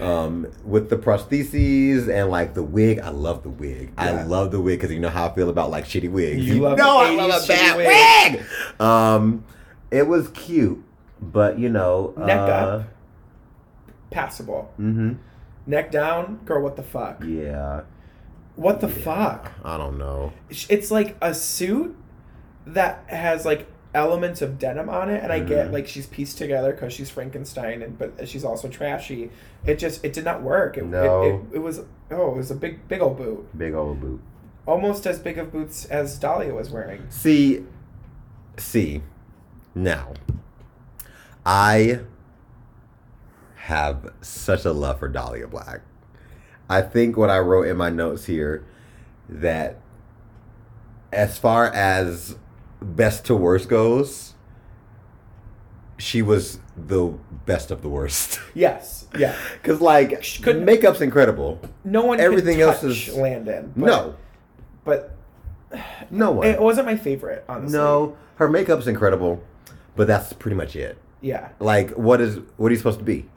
um, with the prostheses and like the wig. I love the wig. I love the wig because you know how I feel about like shitty wigs.
You love
know I
80s
love a
shitty
bad wig. Um, it was cute, but you know,
Neck
uh,
up. Passable.
Mm-hmm.
Neck down, girl. What the fuck?
Yeah,
What the fuck?
I don't know.
sh- it's like a suit that has like elements of denim on it and i get
Mhm.
like she's pieced together because she's frankenstein and but uh, she's also trashy it just it did not work it,
No.
it, it, it was oh it was a big big old boot
Big old boot.
almost as big of boots as dahlia was wearing
See, see, now, I have such a love for Dahlia Black. I think what I wrote in my notes here that as far as best to worst goes, she was the best of the worst.
yes yeah
Cause like
She couldn't-
makeup's incredible.
no one everything
Everything
else
else
is
is-
landon but,
No,
but
no one.
it wasn't my favorite honestly
no, her makeup's incredible, but that's pretty much it.
yeah
Like, what is what are you supposed to be?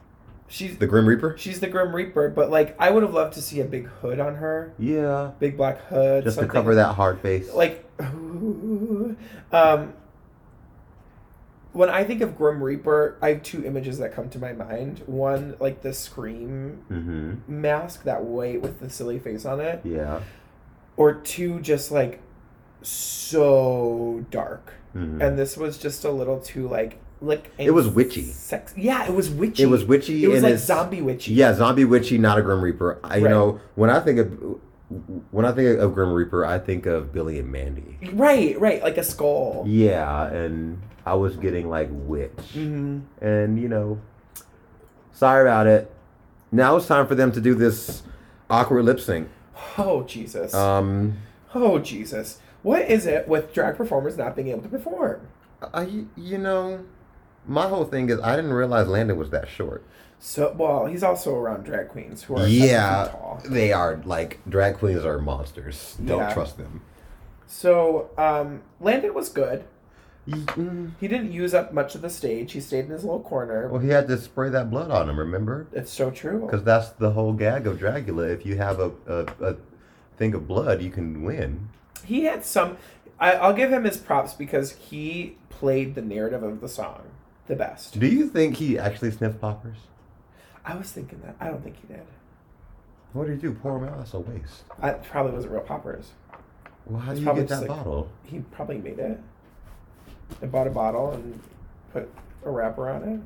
she's
The
the
Grim Reaper?
she's the grim reaper but like i would have loved to see a big hood on her
Yeah.
big black hood
Just to
something.
cover that hard face.
like um when i think of grim reaper i have two images that come to my mind one like the scream
Mm-hmm.
mask that white with the silly face on it
Yeah.
or two just like so dark, and this was just a little too like like
Mm. It was witchy.
Sex. Yeah, it was witchy.
It was witchy
It was
and
like
it's-
zombie witchy.
Yeah, zombie witchy, not a grim reaper. I you
Right.
know when I think of when I think of grim reaper, I think of Billy and Mandy.
Right, right, like a skull.
Yeah, and I was getting like witch,
Mhm.
and you know, sorry about it. Now it's time for them to do this awkward lip sync.
Oh Jesus.
Um,
oh Jesus. What is it with drag performers not being able to perform?
I you know, my whole thing is I didn't realize Landon was that short.
So well, he's also around drag queens who are seven feet
Yeah,
tall.
they are like drag queens are monsters. Don't
Yeah.
trust them.
So um, Landon was good. He didn't use up much of the stage. He stayed in his little corner.
Mm-hmm. Well, he had to spray that blood on him. Remember?
It's so true.
Because that's the whole gag of Dracula. If you have a, a, a thing of blood, you can win.
he had some I, i'll give him his props because he played the narrative of the song the best
Do you think he actually sniffed poppers?
i was thinking that i don't think he did
What did he do? Pour them out? That's a waste.
i probably wasn't real poppers
Well, how do
It's
you
probably
get that
just like-
bottle?
he probably made it i bought a bottle and put a wrapper on it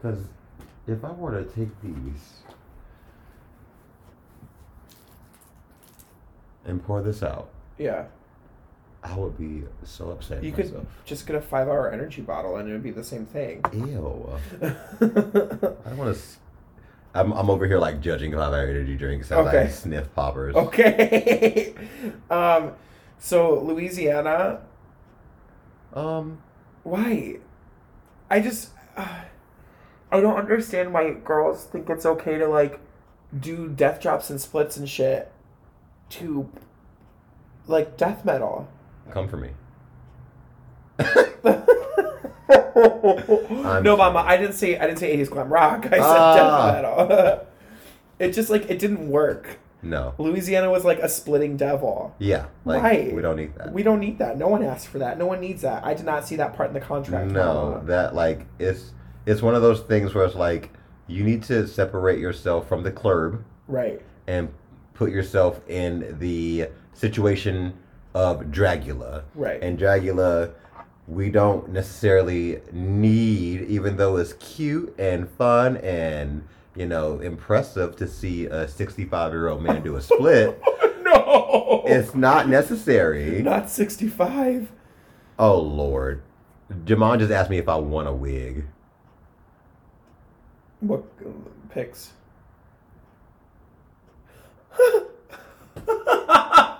Because if I were to take these and pour this out,
yeah
I would be so upset. at
you could
myself.
just get a five hour energy bottle and it would be the same thing
Ew. I don't want to. S- I'm, I'm over here like judging five hour energy drinks as I
Okay.
sniff poppers.
okay um so louisiana
Um,
Why? I just uh, I don't understand why girls think it's okay to like do death drops and splits and shit to like death metal.
come for me.
no, mama, I didn't say I didn't say 80s glam rock. I said
Ah.
death metal. it just like it didn't work.
No.
Louisiana was like a splitting devil.
Yeah, like
Right.
we don't need that.
We don't need that. No one asked for that. No one needs that. I did not see that part in the contract.
no,
mama.
that like it's it's one of those things where it's like you need to separate yourself from the club
right.
and put yourself in the situation of Dracula.
Right.
And Dracula, we don't necessarily need, even though it's cute and fun and you know impressive to see a 65 year old man do a split.
No.
it's not necessary.
Not 65.
Oh Lord, Jamon just asked me if I want a wig.
What uh, pics?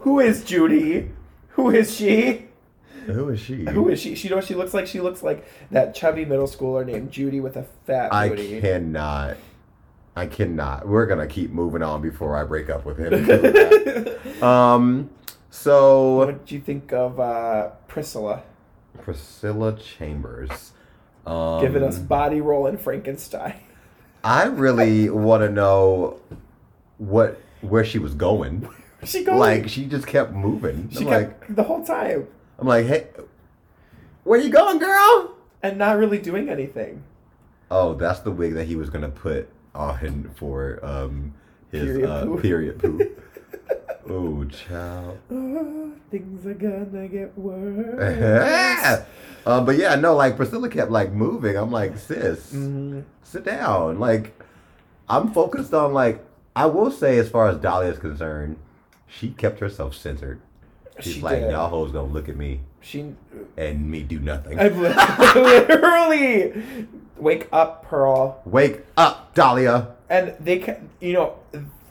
Who is Judy? Who is she?
Who is she?
Who is she? She know what she looks like. She looks like that chubby middle schooler named Judy with a fat
I
booty.
cannot. I cannot. We're gonna keep moving on before I break up with him. um. So
what do you think of uh, Priscilla
Priscilla Chambers. Um,
giving us body roll in Frankenstein?
I really want to know what where she was going.
she goes.
Like she just kept moving.
she
I'm
kept
like
the whole time
I'm like, hey, where you going, girl?
and not really doing anything.
Oh, that's the wig that he was gonna put on for um his
Period
uh,
poo.
period poo. oh, child.
Ah, things are gonna get worse.
uh, but yeah, no, like Priscilla kept like moving. I'm like, sis,
Mhm.
sit down. Like, I'm focused on like I will say as far as Dolly is concerned, she kept herself centered. She's
She
like,
did.
y'all hoes gonna look at me
She,
and me do nothing.
I'm li- literally, wake up, Pearl.
Wake up, Dahlia.
And they, ca- you know,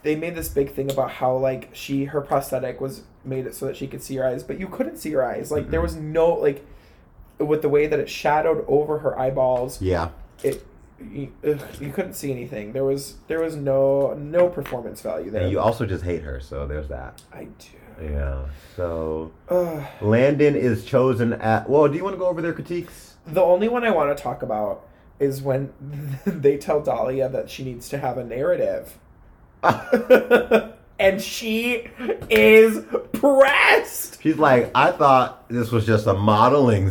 they made this big thing about how like she, her prosthetic was made it so that she could see her eyes, but you couldn't see her eyes. Like
Mm-hmm.
there was no like, with the way that it shadowed over her eyeballs,
Yeah.
it. You, ugh, you couldn't see anything. There was there was no no performance value there.
And you also just hate her, so there's that.
I do.
Yeah. So
Ugh.
Landon is chosen at. Well, do you want to go over their critiques?
The only one I want to talk about is when they tell Dahlia that she needs to have a narrative. and she is pressed.
She's like, I thought this was just a modeling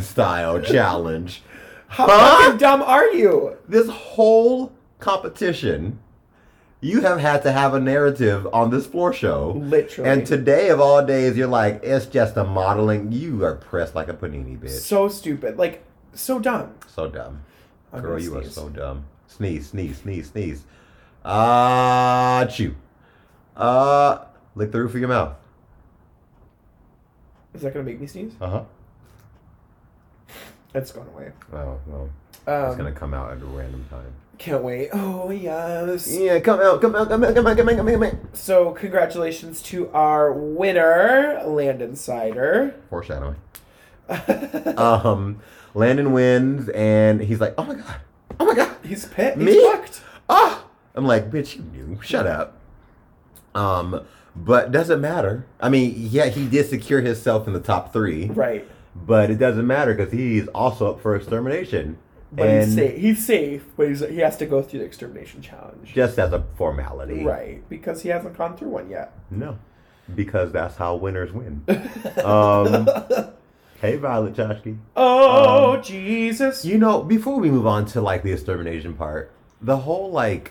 style challenge.
How
Huh?
fucking dumb are you?
This whole competition, you have had to have a narrative on this floor show.
Literally.
And today of all days, you're like, it's just a modeling. You are pressed like a panini, bitch.
so stupid, like so dumb.
So dumb.
I'm
Girl,
gonna
you are
sneeze.
so dumb. Sneeze, sneeze, sneeze, sneeze. Ah, chew. Uh, lick the roof of your mouth.
Is that gonna make me sneeze?
Uh huh.
It's gone away.
Oh, well.
Um,
It's gonna come out at a random time.
Can't wait. Oh yes.
Yeah, come out, come out, come out, come out, come out, come out, come out.
So congratulations to our winner, Landon Cider.
Foreshadowing.
he's
Um, Landon wins, and he's like, "Oh my god, oh my god,
pit.
Me?
He's fucked.
ah!" I'm like, "Bitch, you knew. Shut up." Um, but doesn't matter. I mean, yeah, he did secure himself in the top three,
Right.
but it doesn't matter because he's also up for extermination.
But
and
he's safe. He's safe, but he's, he has to go through the extermination challenge.
just as a formality,
Right, because he hasn't gone through one yet.
No, because that's how winners win. um, hey, Violet Chachki.
Oh Jesus!
Um, You know, before we move on to like the extermination part, the whole like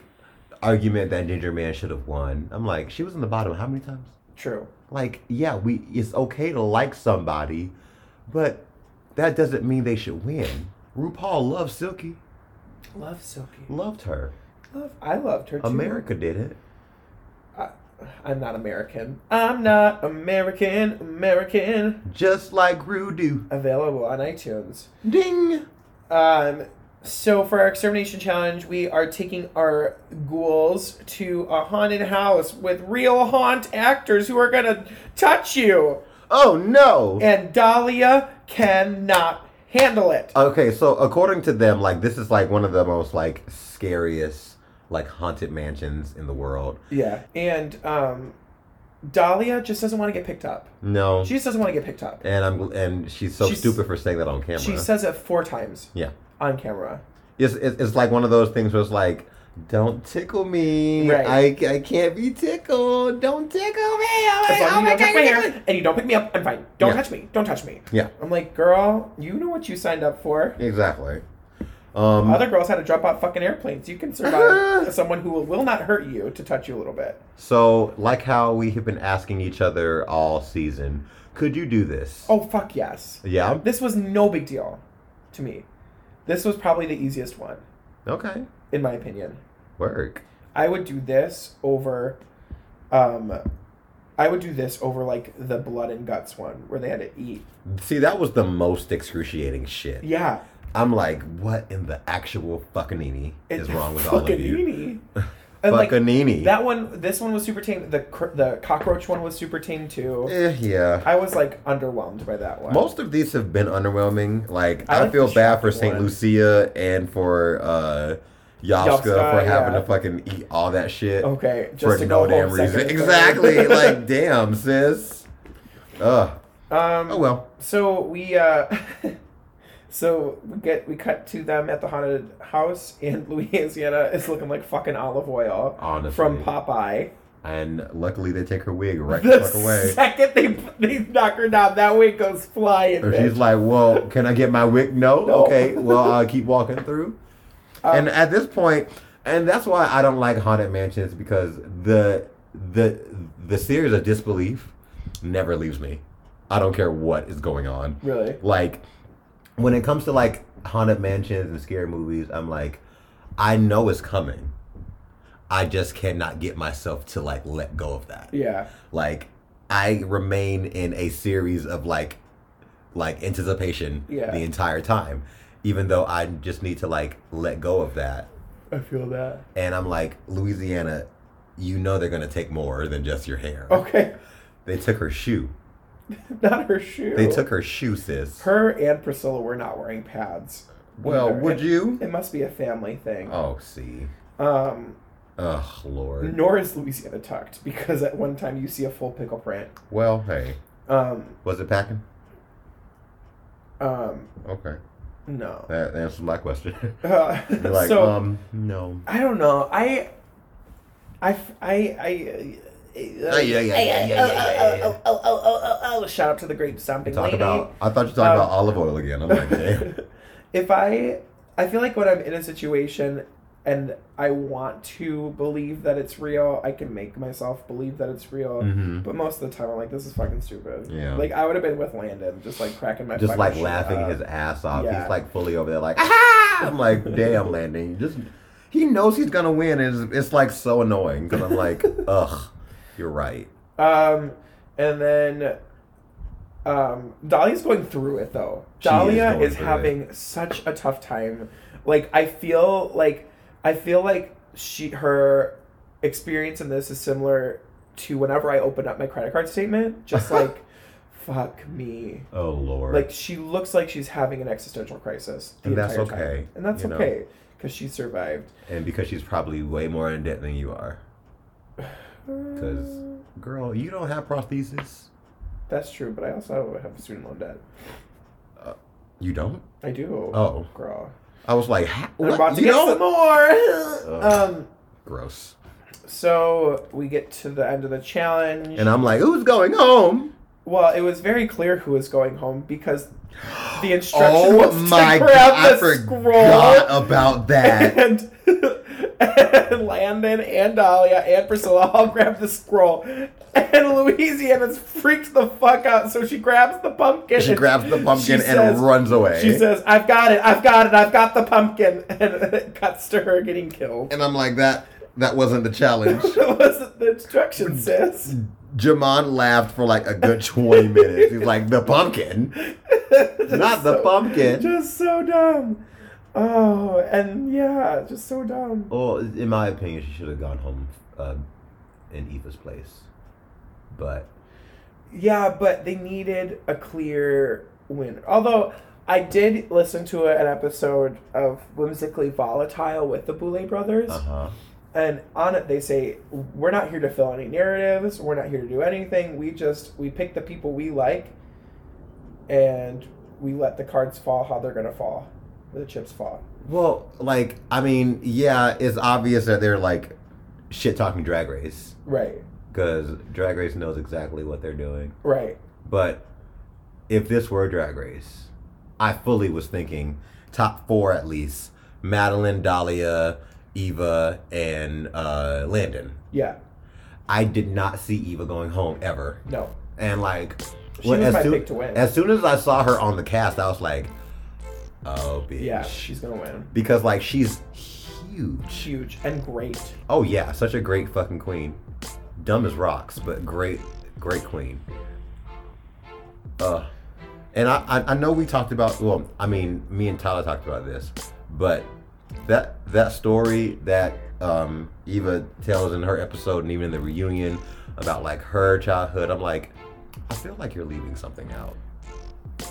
argument that Ginger Man should have won. I'm like, she was in the bottom how many times?
True.
Like, yeah, we it's okay to like somebody, but that doesn't mean they should win. RuPaul loved Silky,
Love Silky.
loved her.
Love. I loved her too.
America did it.
I, I'm not American. I'm not American. American.
Just like Rudu.
Available on iTunes.
Ding!
Um, so for our extermination challenge, we are taking our ghouls to a haunted house with real haunt actors who are gonna touch you,
Oh no!
and Dahlia cannot handle it.
Okay, so according to them, like this is like one of the most like scariest like haunted mansions in the world.
yeah, and um, Dahlia just doesn't want to get picked up.
No.
She just doesn't want to get picked up.
and I'm and she's so
She's-
stupid for saying that on camera.
She says it four times
yeah,
on camera.
it's, it's it's like one of those things where it's like, don't tickle me.
Right.
I, I can't be tickled. Don't tickle me. Oh
As
my,
long as
oh
you
my
don't touch
God,
my
you're tickling.
hair and you don't pick me up, I'm fine. Don't
Yeah.
touch me. Don't touch me.
Yeah,
I'm like, girl, you know what you signed up for.
exactly. Um,
Other girls had to drop out fucking airplanes. You can survive someone who will not hurt you to touch you a little bit.
so like how we have been asking each other all season, could you do this?
Oh fuck yes.
Yeah.
This was no big deal to me. This was probably the easiest one,
Okay.
in my opinion.
Work.
I would do this over um I would do this over like the blood and guts one where they had to eat.
See, that was the most excruciating shit.
Yeah.
I'm like, what in the actual fucking
It-
is wrong with all of you?
fucking eeny. And like
Fuckanini.
that one this one was super tame. The cr- the cockroach one was super tame too.
Eh, yeah.
I was like underwhelmed by that one.
Most of these have been underwhelming. Like
I
I,
like
feel
the
bad for
shocking
Saint
one.
Lucia and for uh Yoska for
Yoska,
having
yeah.
to fucking eat all that shit
Okay, just
for
to
no
go
damn
home second
reason.
and
Exactly.
third.
like damn, sis. Ugh.
Um,
Oh well.
So we, uh, so we get we cut to them at the haunted house, and Louisiana is looking like fucking olive oil
Honestly.
from Popeye.
And luckily they take her wig right the
The
fuck away.
second they they knock her down, that wig goes flying.
Or
bitch.
she's like, "Well, can I get my wig?" No.
No.
Okay. Well, I'll keep walking through. and at this point, and that's why I don't like haunted mansions because the the the series of disbelief never leaves me. I don't care what is going on.
Really?
Like when it comes to like haunted mansions and scary movies, I'm like, I know it's coming. I just cannot get myself to like let go of that
yeah,
like I remain in a series of like like anticipation
Yeah.
the entire time even though I just need to like let go of that
I feel that.
and I'm like Louisiana you know they're going to take more than just your hair
Okay,
they took her shoe
not her shoe.
they took her shoe sis
her and Priscilla were not wearing pads.
well
Either.
would
It-
you
It must be a family thing.
oh see
Um,
oh lord
nor is Louisiana tucked because at one time you see a full pickle print.
well hey
Um,
was it packing
um,
okay
no.
that answers my question
Uh,
You're like
so
um no
I don't know. I, I, f- I, I. uh,
Oh, yeah, yeah, yeah, yeah, yeah, yeah, yeah.
Oh, oh, oh, oh, oh, oh, oh, Shout out to the grape stomping
Talk
lady.
about. I thought you were talking
Um,
about olive oil again. I'm like, damn.
if I, I feel like when I'm in a situation and I want to believe that it's real. I can make myself believe that it's real.
Mhm.
But most of the time, I'm like, this is fucking stupid.
Yeah.
Like I would have been with Landon, just like cracking my.
Just
fucking
like
shit
laughing
up.
his ass off.
Yeah.
He's like fully over there, like, ah! I'm like, damn, Landon. You just, he knows he's gonna win. It's, it's like so annoying because I'm like, ugh, you're right.
Um, and then um, Dahlia's going through it though.
She is
Dahlia
going
is,
through
having such a tough time. Like I feel like I feel like she her experience in this is similar to whenever I open up my credit card statement. Just like, fuck me.
Oh lord.
Like she looks like she's having an existential crisis. the
And that's
entire time.
okay,
And that's
you know?
okay because she survived.
and because she's probably way more in debt than you are. Because, girl, you don't have prosthesis.
That's true, but I also have student loan debt.
You don't.
I do.
Oh.
girl.
I was like, "Ha-
They're
what?
about to
you
get
don't?
some more. um,
Gross.
so we get to the end of the challenge.
And I'm like, who's going home?
well, it was very clear who was going home because the instruction
Oh
was to
my god,
grab
I
the
forgot
scroll
about that.
and, and Landon and Dahlia and Priscilla all grab the scroll. And Louisiana's freaked the fuck out, so she grabs the pumpkin.
she
and
grabs the
she
pumpkin and
says-
runs away.
She says, "I've got it, I've got it, I've got the pumpkin," and it cuts to her getting killed.
and I'm like, that that wasn't the challenge.
That wasn't the instruction, sis.
Jamon laughed for like a good 20 minutes. He's like, the pumpkin. Not the pumpkin.
Just so dumb. Oh, and yeah, just so dumb.
Well, in my opinion, she should have gone home um, in Eva's place. But
Yeah, but they needed a clear winner. Although I did listen to an episode of Whimsically Volatile with the Boulay brothers,
uh huh.
and on it they say, "We're not here to fill any narratives. We're not here to do anything. We just we pick the people we like, and we let the cards fall how they're gonna fall, the chips fall."
Well, like, I mean, yeah, it's obvious that they're like shit talking Drag Race
Right.
because Drag Race knows exactly what they're doing.
Right.
But if this were Drag Race, I fully was thinking top four at least Madeline, Dahlia, Eva, and uh, Landon.
Yeah.
I did not see Eva going home ever.
No.
And like,
She was my
as, soon,
pick to win.
as soon as I saw her on the cast, I was like, oh, bitch.
Yeah, she's gonna win.
because like she's huge.
Huge and great.
Oh yeah, such a great fucking queen. Dumb as rocks, but great, great queen. Uh, and I, I, I know we talked about. Well, I mean, me and Tyler talked about this, but that that story that um, Eva tells in her episode and even in the reunion about like her childhood. I'm like, I feel like you're leaving something out.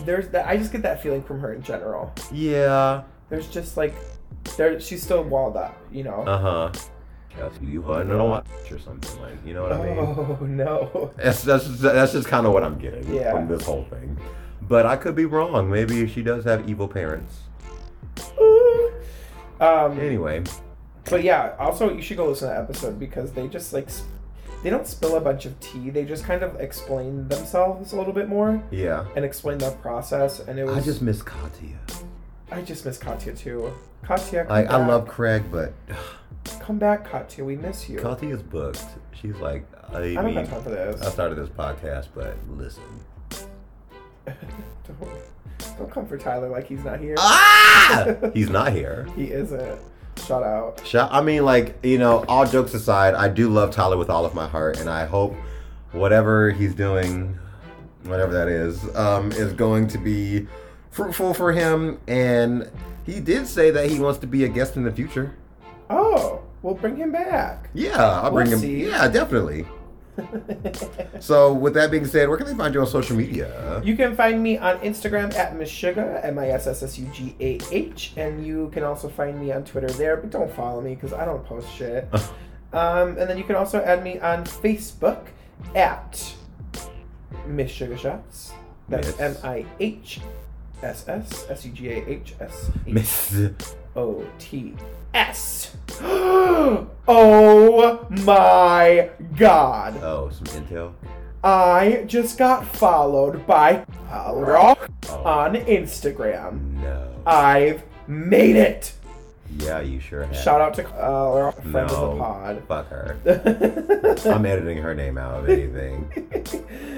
There's that. I just get that feeling from her in general.
Yeah.
There's just like, there. She's still walled up, you know.
Uh huh. You hunting on a watch or something like, you know what Uh, I mean?
oh no.
That's that's that's just kind of what I'm getting
Yeah.
from this whole thing. But I could be wrong. Maybe she does have evil parents.
Um.
Anyway,
But yeah. Also, you should go listen to that episode because they just like, sp- they don't spill a bunch of tea. They just kind of explain themselves a little bit more
yeah.
and explain their process. And it was.
I just miss Katya.
I just miss Katya too. Katya. Come
Like I
back.
love Craig, but
Come back, Katya. We miss you.
Katya's booked. She's like, I
I don't
mean,
have time for this.
I started this podcast, but listen.
Don't, don't come for Tyler like he's not here.
Ah! He's not here.
He isn't. Shout out.
Sha- I mean, like, you know, all jokes aside, I do love Tyler with all of my heart, and I hope whatever he's doing, whatever that is, um, is going to be fruitful for him. And he did say that he wants to be a guest in the future.
Oh, we'll bring him back.
Yeah, I'll bring
Let's
him.
see.
Yeah, definitely. so, with that being said, where can they find you on social media?
You can find me on Instagram at Missugah, M I S S S U G A H, and you can also find me on Twitter there, but don't follow me because I don't post shit. um, and then you can also add me on Facebook at Miss Sugar Shots. That's
Miss.
M I H S S S U G A H S E
Miss.
O T S. Oh my god.
Oh, some intel.
I just got followed by Rock
Oh,
Uh, on Instagram.
no.
I've made it.
Yeah, you sure have.
Shout out to uh, our friend of the
No,
pod.
Fuck her. I'm editing her name out of anything.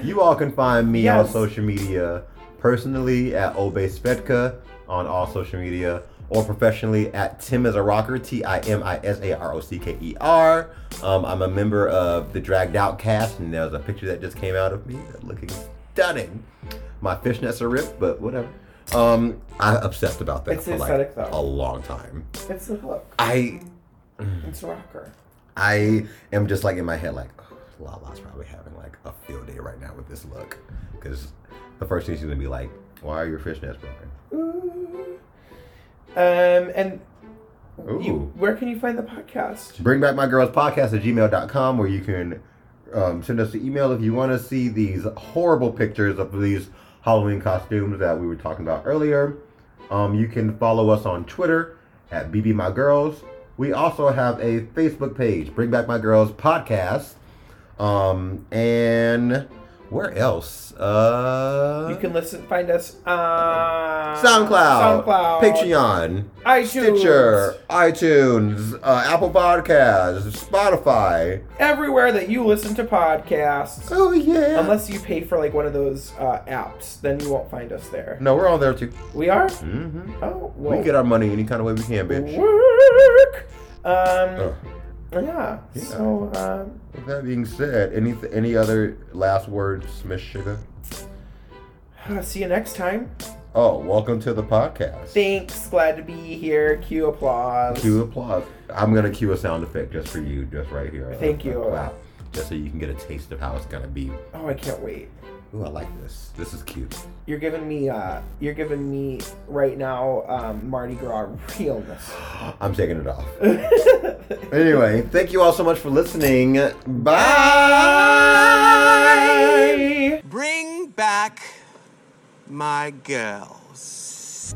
you all can find me on
Yes.
social media personally at Obey Svetka on all social media or professionally at Tim as a Rocker, T I M I S A R O C K E R. Um, I'm a member of the Dragged Out cast, and there's a picture that just came out of me looking stunning. My fishnets are ripped, but whatever. Um, I'm obsessed about that
It's
for like
aesthetic, though.
a long time.
It's the look.
I
It's rocker.
I am just like in my head, like "Oh, Lala's probably having like a field day right now with this look, because the first thing she's gonna be like, "Why are your fishnets broken?"
Ooh. Um, and
Ooh.
you, where can you find the podcast?
Bring back my girls podcast at gmail.com where you can um, send us an email if you want to see these horrible pictures of these Halloween costumes that we were talking about earlier. Um, you can follow us on Twitter at bbmygirls. We also have a Facebook page, Bring Back My Girls Podcast. Um, and where else? Uh,
You can listen, find us on
SoundCloud,
SoundCloud,
Patreon,
iTunes,
Stitcher, iTunes, uh, Apple Podcasts, Spotify.
everywhere that you listen to podcasts.
Oh yeah.
Unless you pay for like one of those uh, apps, then you won't find us there.
no, we're all there too.
We are.
Mm-hmm.
Oh,
We
well,
can get our money any kind of way we can, bitch.
work. Um,
Ugh.
yeah.
Yeah.
So, um,
With that being said, any any other last words, Miss Sugar?
see you next time.
Oh, welcome to the podcast.
Thanks. Glad to be here. Cue applause.
Cue applause. I'm gonna cue a sound effect just for you, just right here.
Thank you.
Wow. Just so you can get a taste of how it's gonna be.
Oh, I can't wait.
Ooh, I like this. This is cute.
You're giving me, uh, you're giving me right now, um, Mardi Gras realness.
I'm taking it off. anyway, thank you all so much for listening. Bye.
Bring back my girls.